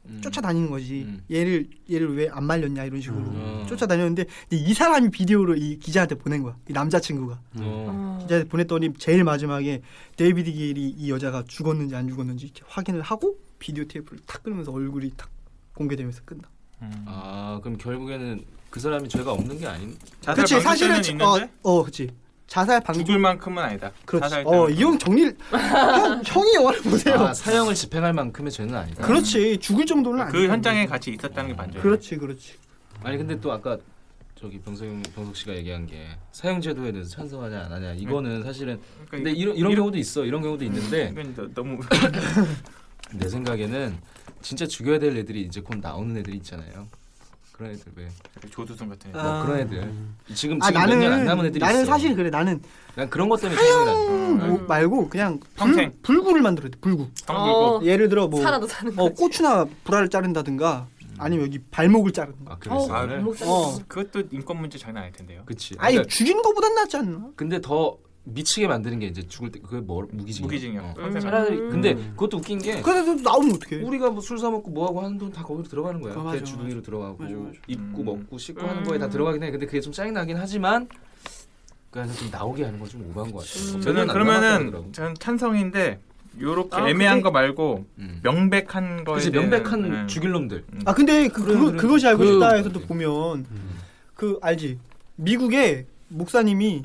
[SPEAKER 1] 음.
[SPEAKER 6] 쫓아다니는 거지.
[SPEAKER 1] 음.
[SPEAKER 6] 얘를 얘를 왜 안 말렸냐 이런 식으로
[SPEAKER 1] 음.
[SPEAKER 6] 쫓아다녔는데 근데 이 사람이 비디오를 이 기자한테 보낸 거야. 이 남자친구가
[SPEAKER 1] 어.
[SPEAKER 7] 어.
[SPEAKER 6] 기자한테 보냈더니 제일 마지막에 데이비드 게일이 이 여자가 죽었는지 안 죽었는지 이렇게 확인을 하고 비디오 테이프를 탁 끊으면서 얼굴이 탁 공개되면서 끝나.
[SPEAKER 3] 음.
[SPEAKER 1] 아, 그럼 결국에는 그 사람이 죄가 없는 게 아닌.
[SPEAKER 3] 자살
[SPEAKER 6] 그치
[SPEAKER 3] 방조죄는
[SPEAKER 6] 사실은 지- 어,
[SPEAKER 3] 있는데
[SPEAKER 6] 어 그치 자살 방조
[SPEAKER 3] 죽을 만큼은 아니다.
[SPEAKER 6] 그렇지
[SPEAKER 3] 자살 때문에.
[SPEAKER 6] 어이 형 정리 형 형이 영화를 보세요
[SPEAKER 1] 아, 사형을 집행할 만큼의 죄는 아니다.
[SPEAKER 6] 그렇지 죽을 정도는
[SPEAKER 3] 그
[SPEAKER 6] 아니야
[SPEAKER 3] 현장에 같이 있었다는 게 반전.
[SPEAKER 6] 그렇지 그렇지
[SPEAKER 1] 아니 근데 또 아까 저기 병석 병석 씨가 얘기한 게 사형 제도에 대해서 찬성하냐 안 하냐
[SPEAKER 6] 네.
[SPEAKER 1] 이거는 사실은
[SPEAKER 3] 그러니까
[SPEAKER 1] 근데 이런 이런 경우도 있어 이런 경우도 있는데
[SPEAKER 3] 이건 너- 너무
[SPEAKER 1] 내 생각에는 진짜 죽여야 될 애들이 이제 곧 나오는 애들이 있잖아요. 그런 애들 왜?
[SPEAKER 3] 조두순 같은.
[SPEAKER 1] 뭐
[SPEAKER 6] 아.
[SPEAKER 1] 그런 애들 지금
[SPEAKER 6] 아
[SPEAKER 1] 지금 몇 년 안
[SPEAKER 6] 나는
[SPEAKER 1] 남은 애들이
[SPEAKER 6] 나는
[SPEAKER 1] 있어.
[SPEAKER 6] 사실 그래 나는
[SPEAKER 1] 난 그런 것 때문에 사형
[SPEAKER 6] 음, 뭐 말고 그냥 불,
[SPEAKER 3] 평생.
[SPEAKER 6] 불구를 만들어야 돼 불구
[SPEAKER 3] 성불고.
[SPEAKER 7] 어.
[SPEAKER 6] 예를 들어 뭐
[SPEAKER 7] 살아도 사는
[SPEAKER 6] 어,
[SPEAKER 7] 거지.
[SPEAKER 6] 고추나 불알을 자른다든가 아니면 여기 발목을 자른다
[SPEAKER 1] 아
[SPEAKER 7] 어우,
[SPEAKER 1] 그랬어.
[SPEAKER 3] 아,
[SPEAKER 7] 발목 자르는
[SPEAKER 6] 어
[SPEAKER 7] 거.
[SPEAKER 3] 그것도 인권 문제 장난 아닐 텐데요.
[SPEAKER 1] 그치.
[SPEAKER 6] 아니
[SPEAKER 1] 그러니까
[SPEAKER 6] 죽인 거보단 낫지 않나
[SPEAKER 1] 근데 더 미치게 만드는 게 이제 죽을 때 그게 뭐 무기징역.
[SPEAKER 3] 무기징역.
[SPEAKER 1] 어.
[SPEAKER 3] 평생
[SPEAKER 1] 차라리 근데
[SPEAKER 6] 음.
[SPEAKER 1] 그것도 웃긴 게
[SPEAKER 6] 그래도 나오면 어떡해
[SPEAKER 1] 우리가 뭐 술 사 먹고 뭐 하고 하는 돈 다 거기로 들어가는 거야.
[SPEAKER 6] 그거
[SPEAKER 1] 걔
[SPEAKER 6] 맞아,
[SPEAKER 1] 주둥이로 들어가고
[SPEAKER 6] 맞아, 맞아.
[SPEAKER 1] 입고
[SPEAKER 3] 음.
[SPEAKER 1] 먹고 씻고 하는 거에 다 들어가긴 해. 근데 그게 좀 짜증 나긴 하지만 그러니까 좀 나오게 하는 건 좀 오버한 거 같아.
[SPEAKER 3] 저는 그러면은 저는 찬성인데 요렇게
[SPEAKER 6] 아,
[SPEAKER 3] 애매한
[SPEAKER 6] 근데-
[SPEAKER 3] 거 말고
[SPEAKER 1] 음.
[SPEAKER 3] 명백한 거에
[SPEAKER 1] 그치
[SPEAKER 3] 대한-
[SPEAKER 1] 명백한
[SPEAKER 3] 네.
[SPEAKER 1] 죽일 놈들.
[SPEAKER 6] 아 근데 그,
[SPEAKER 1] 그래,
[SPEAKER 6] 그
[SPEAKER 1] 그래.
[SPEAKER 6] 그것이 알고
[SPEAKER 1] 그-
[SPEAKER 6] 싶다에서도 보면 그 알지 미국의 목사님이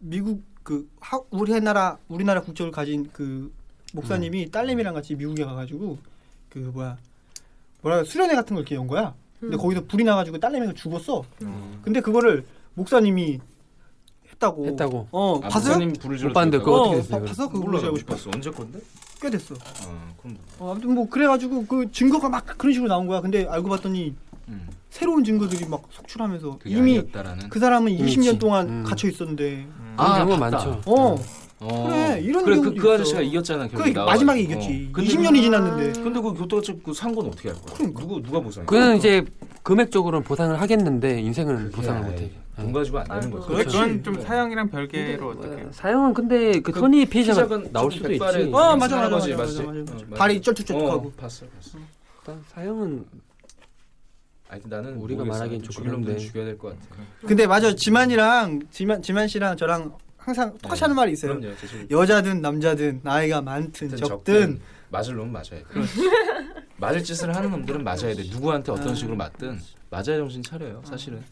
[SPEAKER 6] 미국 그 하, 우리나라 우리나라 국적을 가진 그 목사님이 딸내미랑 같이 미국에 가가지고 그 뭐야 뭐라 그래, 수련회 같은 걸 이렇게 연 거야. 근데 거기서 불이 나가지고 딸내미가 죽었어.
[SPEAKER 3] 음.
[SPEAKER 6] 근데 그거를 목사님이 했다고.
[SPEAKER 5] 했다고.
[SPEAKER 6] 어,
[SPEAKER 1] 아,
[SPEAKER 6] 봤어요?
[SPEAKER 1] 부사님 부르주로
[SPEAKER 5] 못 봤는데 그거
[SPEAKER 6] 어,
[SPEAKER 5] 어떻게 됐어요?
[SPEAKER 6] 봐-
[SPEAKER 5] 그럼?
[SPEAKER 6] 봤어? 그거
[SPEAKER 1] 몰라
[SPEAKER 6] 알고
[SPEAKER 1] 못
[SPEAKER 6] 싶어.
[SPEAKER 1] 봤어 언제 건데?
[SPEAKER 6] 꽤 됐어.
[SPEAKER 1] 아 그럼
[SPEAKER 6] 어, 아무튼 뭐 그래가지고 그 증거가 막 그런 식으로 나온 거야. 근데 알고 봤더니
[SPEAKER 1] 음,
[SPEAKER 6] 새로운 증거들이 막 속출하면서
[SPEAKER 1] 그게
[SPEAKER 6] 이미
[SPEAKER 1] 아니었다라는
[SPEAKER 6] 그 사람은
[SPEAKER 5] 이미지.
[SPEAKER 6] 20년 동안
[SPEAKER 5] 음.
[SPEAKER 6] 갇혀 있었는데.
[SPEAKER 5] 그런
[SPEAKER 1] 아,
[SPEAKER 5] 경우가
[SPEAKER 1] 봤다.
[SPEAKER 5] 많죠. 음.
[SPEAKER 6] 어,
[SPEAKER 1] 어.
[SPEAKER 6] 그래, 이런
[SPEAKER 1] 그래 그,
[SPEAKER 6] 경우도
[SPEAKER 1] 그
[SPEAKER 6] 있어.
[SPEAKER 1] 아저씨가 이겼잖아
[SPEAKER 6] 그
[SPEAKER 1] 결국
[SPEAKER 6] 마지막에
[SPEAKER 1] 나와가지고. 어.
[SPEAKER 6] 이겼지.
[SPEAKER 1] 근데
[SPEAKER 6] 20년이 지났는데.
[SPEAKER 1] 근데 그 교통체크 상고는 어떻게 할 거야?
[SPEAKER 6] 그러니까.
[SPEAKER 1] 누구 누가 보상해?
[SPEAKER 5] 그는 이제 금액적으로는 보상을 하겠는데 인생은
[SPEAKER 1] 그게
[SPEAKER 5] 보상을
[SPEAKER 1] 아예
[SPEAKER 5] 못 해. 네.
[SPEAKER 1] 돈 가지고 안 되는
[SPEAKER 7] 아이고.
[SPEAKER 1] 거죠.
[SPEAKER 3] 근데 그건 좀
[SPEAKER 1] 네.
[SPEAKER 3] 사형이랑 별개로 어떻게 해요?
[SPEAKER 5] 사형은 근데 그 선의 피해자가
[SPEAKER 1] 시작은
[SPEAKER 5] 나올
[SPEAKER 1] 좀
[SPEAKER 5] 수도
[SPEAKER 1] 백발에 그
[SPEAKER 5] 있지.
[SPEAKER 6] 어, 맞아, 맞아,
[SPEAKER 1] 할아버지
[SPEAKER 6] 맞아,
[SPEAKER 1] 맞지?
[SPEAKER 6] 맞아, 맞아.
[SPEAKER 1] 어, 맞아.
[SPEAKER 6] 발이 쩔쭉쩔쭉하고.
[SPEAKER 1] 어, 봤어 봤어.
[SPEAKER 5] 일단 사형은
[SPEAKER 1] 아니 근데 나는
[SPEAKER 5] 우리가
[SPEAKER 1] 모르겠어.
[SPEAKER 5] 말하기엔 좀
[SPEAKER 1] 죽이려면
[SPEAKER 5] 그런데.
[SPEAKER 1] 죽여야 될 것 같아.
[SPEAKER 6] 근데 맞아, 지만이랑 지만 지만 씨랑 저랑 항상 똑같이 하는 말이 있어요.
[SPEAKER 1] 네. 그럼요. 제 친구
[SPEAKER 6] 여자든 남자든 나이가 많든
[SPEAKER 1] 적든
[SPEAKER 6] 적든
[SPEAKER 1] 맞을 놈은 맞아야 돼. 맞을 짓을 하는 놈들은 맞아야 돼. 누구한테 어떤 식으로 맞든 맞아야 정신 차려요. 사실은.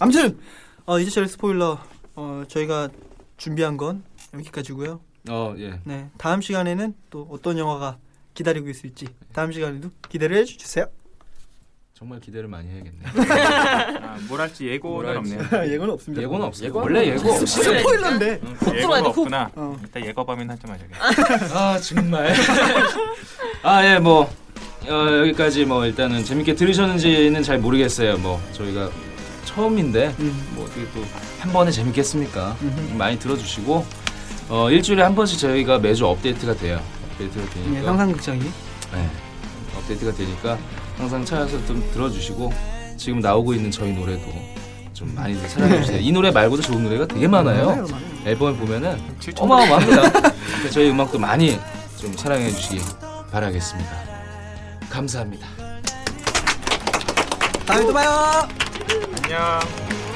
[SPEAKER 6] 아무튼 어, 이제철 스포일러 어, 저희가 준비한 건 여기까지고요.
[SPEAKER 1] 어 예.
[SPEAKER 6] 네 다음 시간에는 또 어떤 영화가 기다리고 있을지 다음 시간에도 기대를 해주세요.
[SPEAKER 1] 정말 기대를 많이 해야겠네.
[SPEAKER 3] 아, 뭘 할지 예고는
[SPEAKER 1] 뭘 할지.
[SPEAKER 3] 없네요.
[SPEAKER 6] 예고는 없습니다.
[SPEAKER 1] 예고는 없어. 음,
[SPEAKER 5] 원래 예고 없어.
[SPEAKER 6] 스포일러인데.
[SPEAKER 7] 들어야 돼,
[SPEAKER 3] 예고가
[SPEAKER 7] 훅.
[SPEAKER 3] 없구나.
[SPEAKER 6] 어.
[SPEAKER 3] 일단 예고 범인 한점 하자.
[SPEAKER 1] 아 정말 아 예 뭐 어, 여기까지 뭐 일단은 재밌게 들으셨는지는 잘 모르겠어요 뭐 저희가 처음인데
[SPEAKER 6] 음.
[SPEAKER 1] 뭐 어떻게 또 한 번에 재밌겠습니까 많이 들어주시고 어 일주일에 한 번씩 저희가 매주 업데이트가 돼요 업데이트가
[SPEAKER 6] 네,
[SPEAKER 1] 되니까
[SPEAKER 6] 상상극장이
[SPEAKER 1] 네, 업데이트가 되니까 항상 찾아서 좀 들어주시고 지금 나오고 있는 저희 노래도 좀 많이 사랑해주세요 이 노래 말고도 좋은 노래가 되게 네, 많아요 앨범을 보면은 어마어마합니다. 그러니까 저희 음악도 많이 좀 사랑해 주시기 바라겠습니다. 감사합니다.
[SPEAKER 6] 다음에 또 봐요.
[SPEAKER 3] 안녕.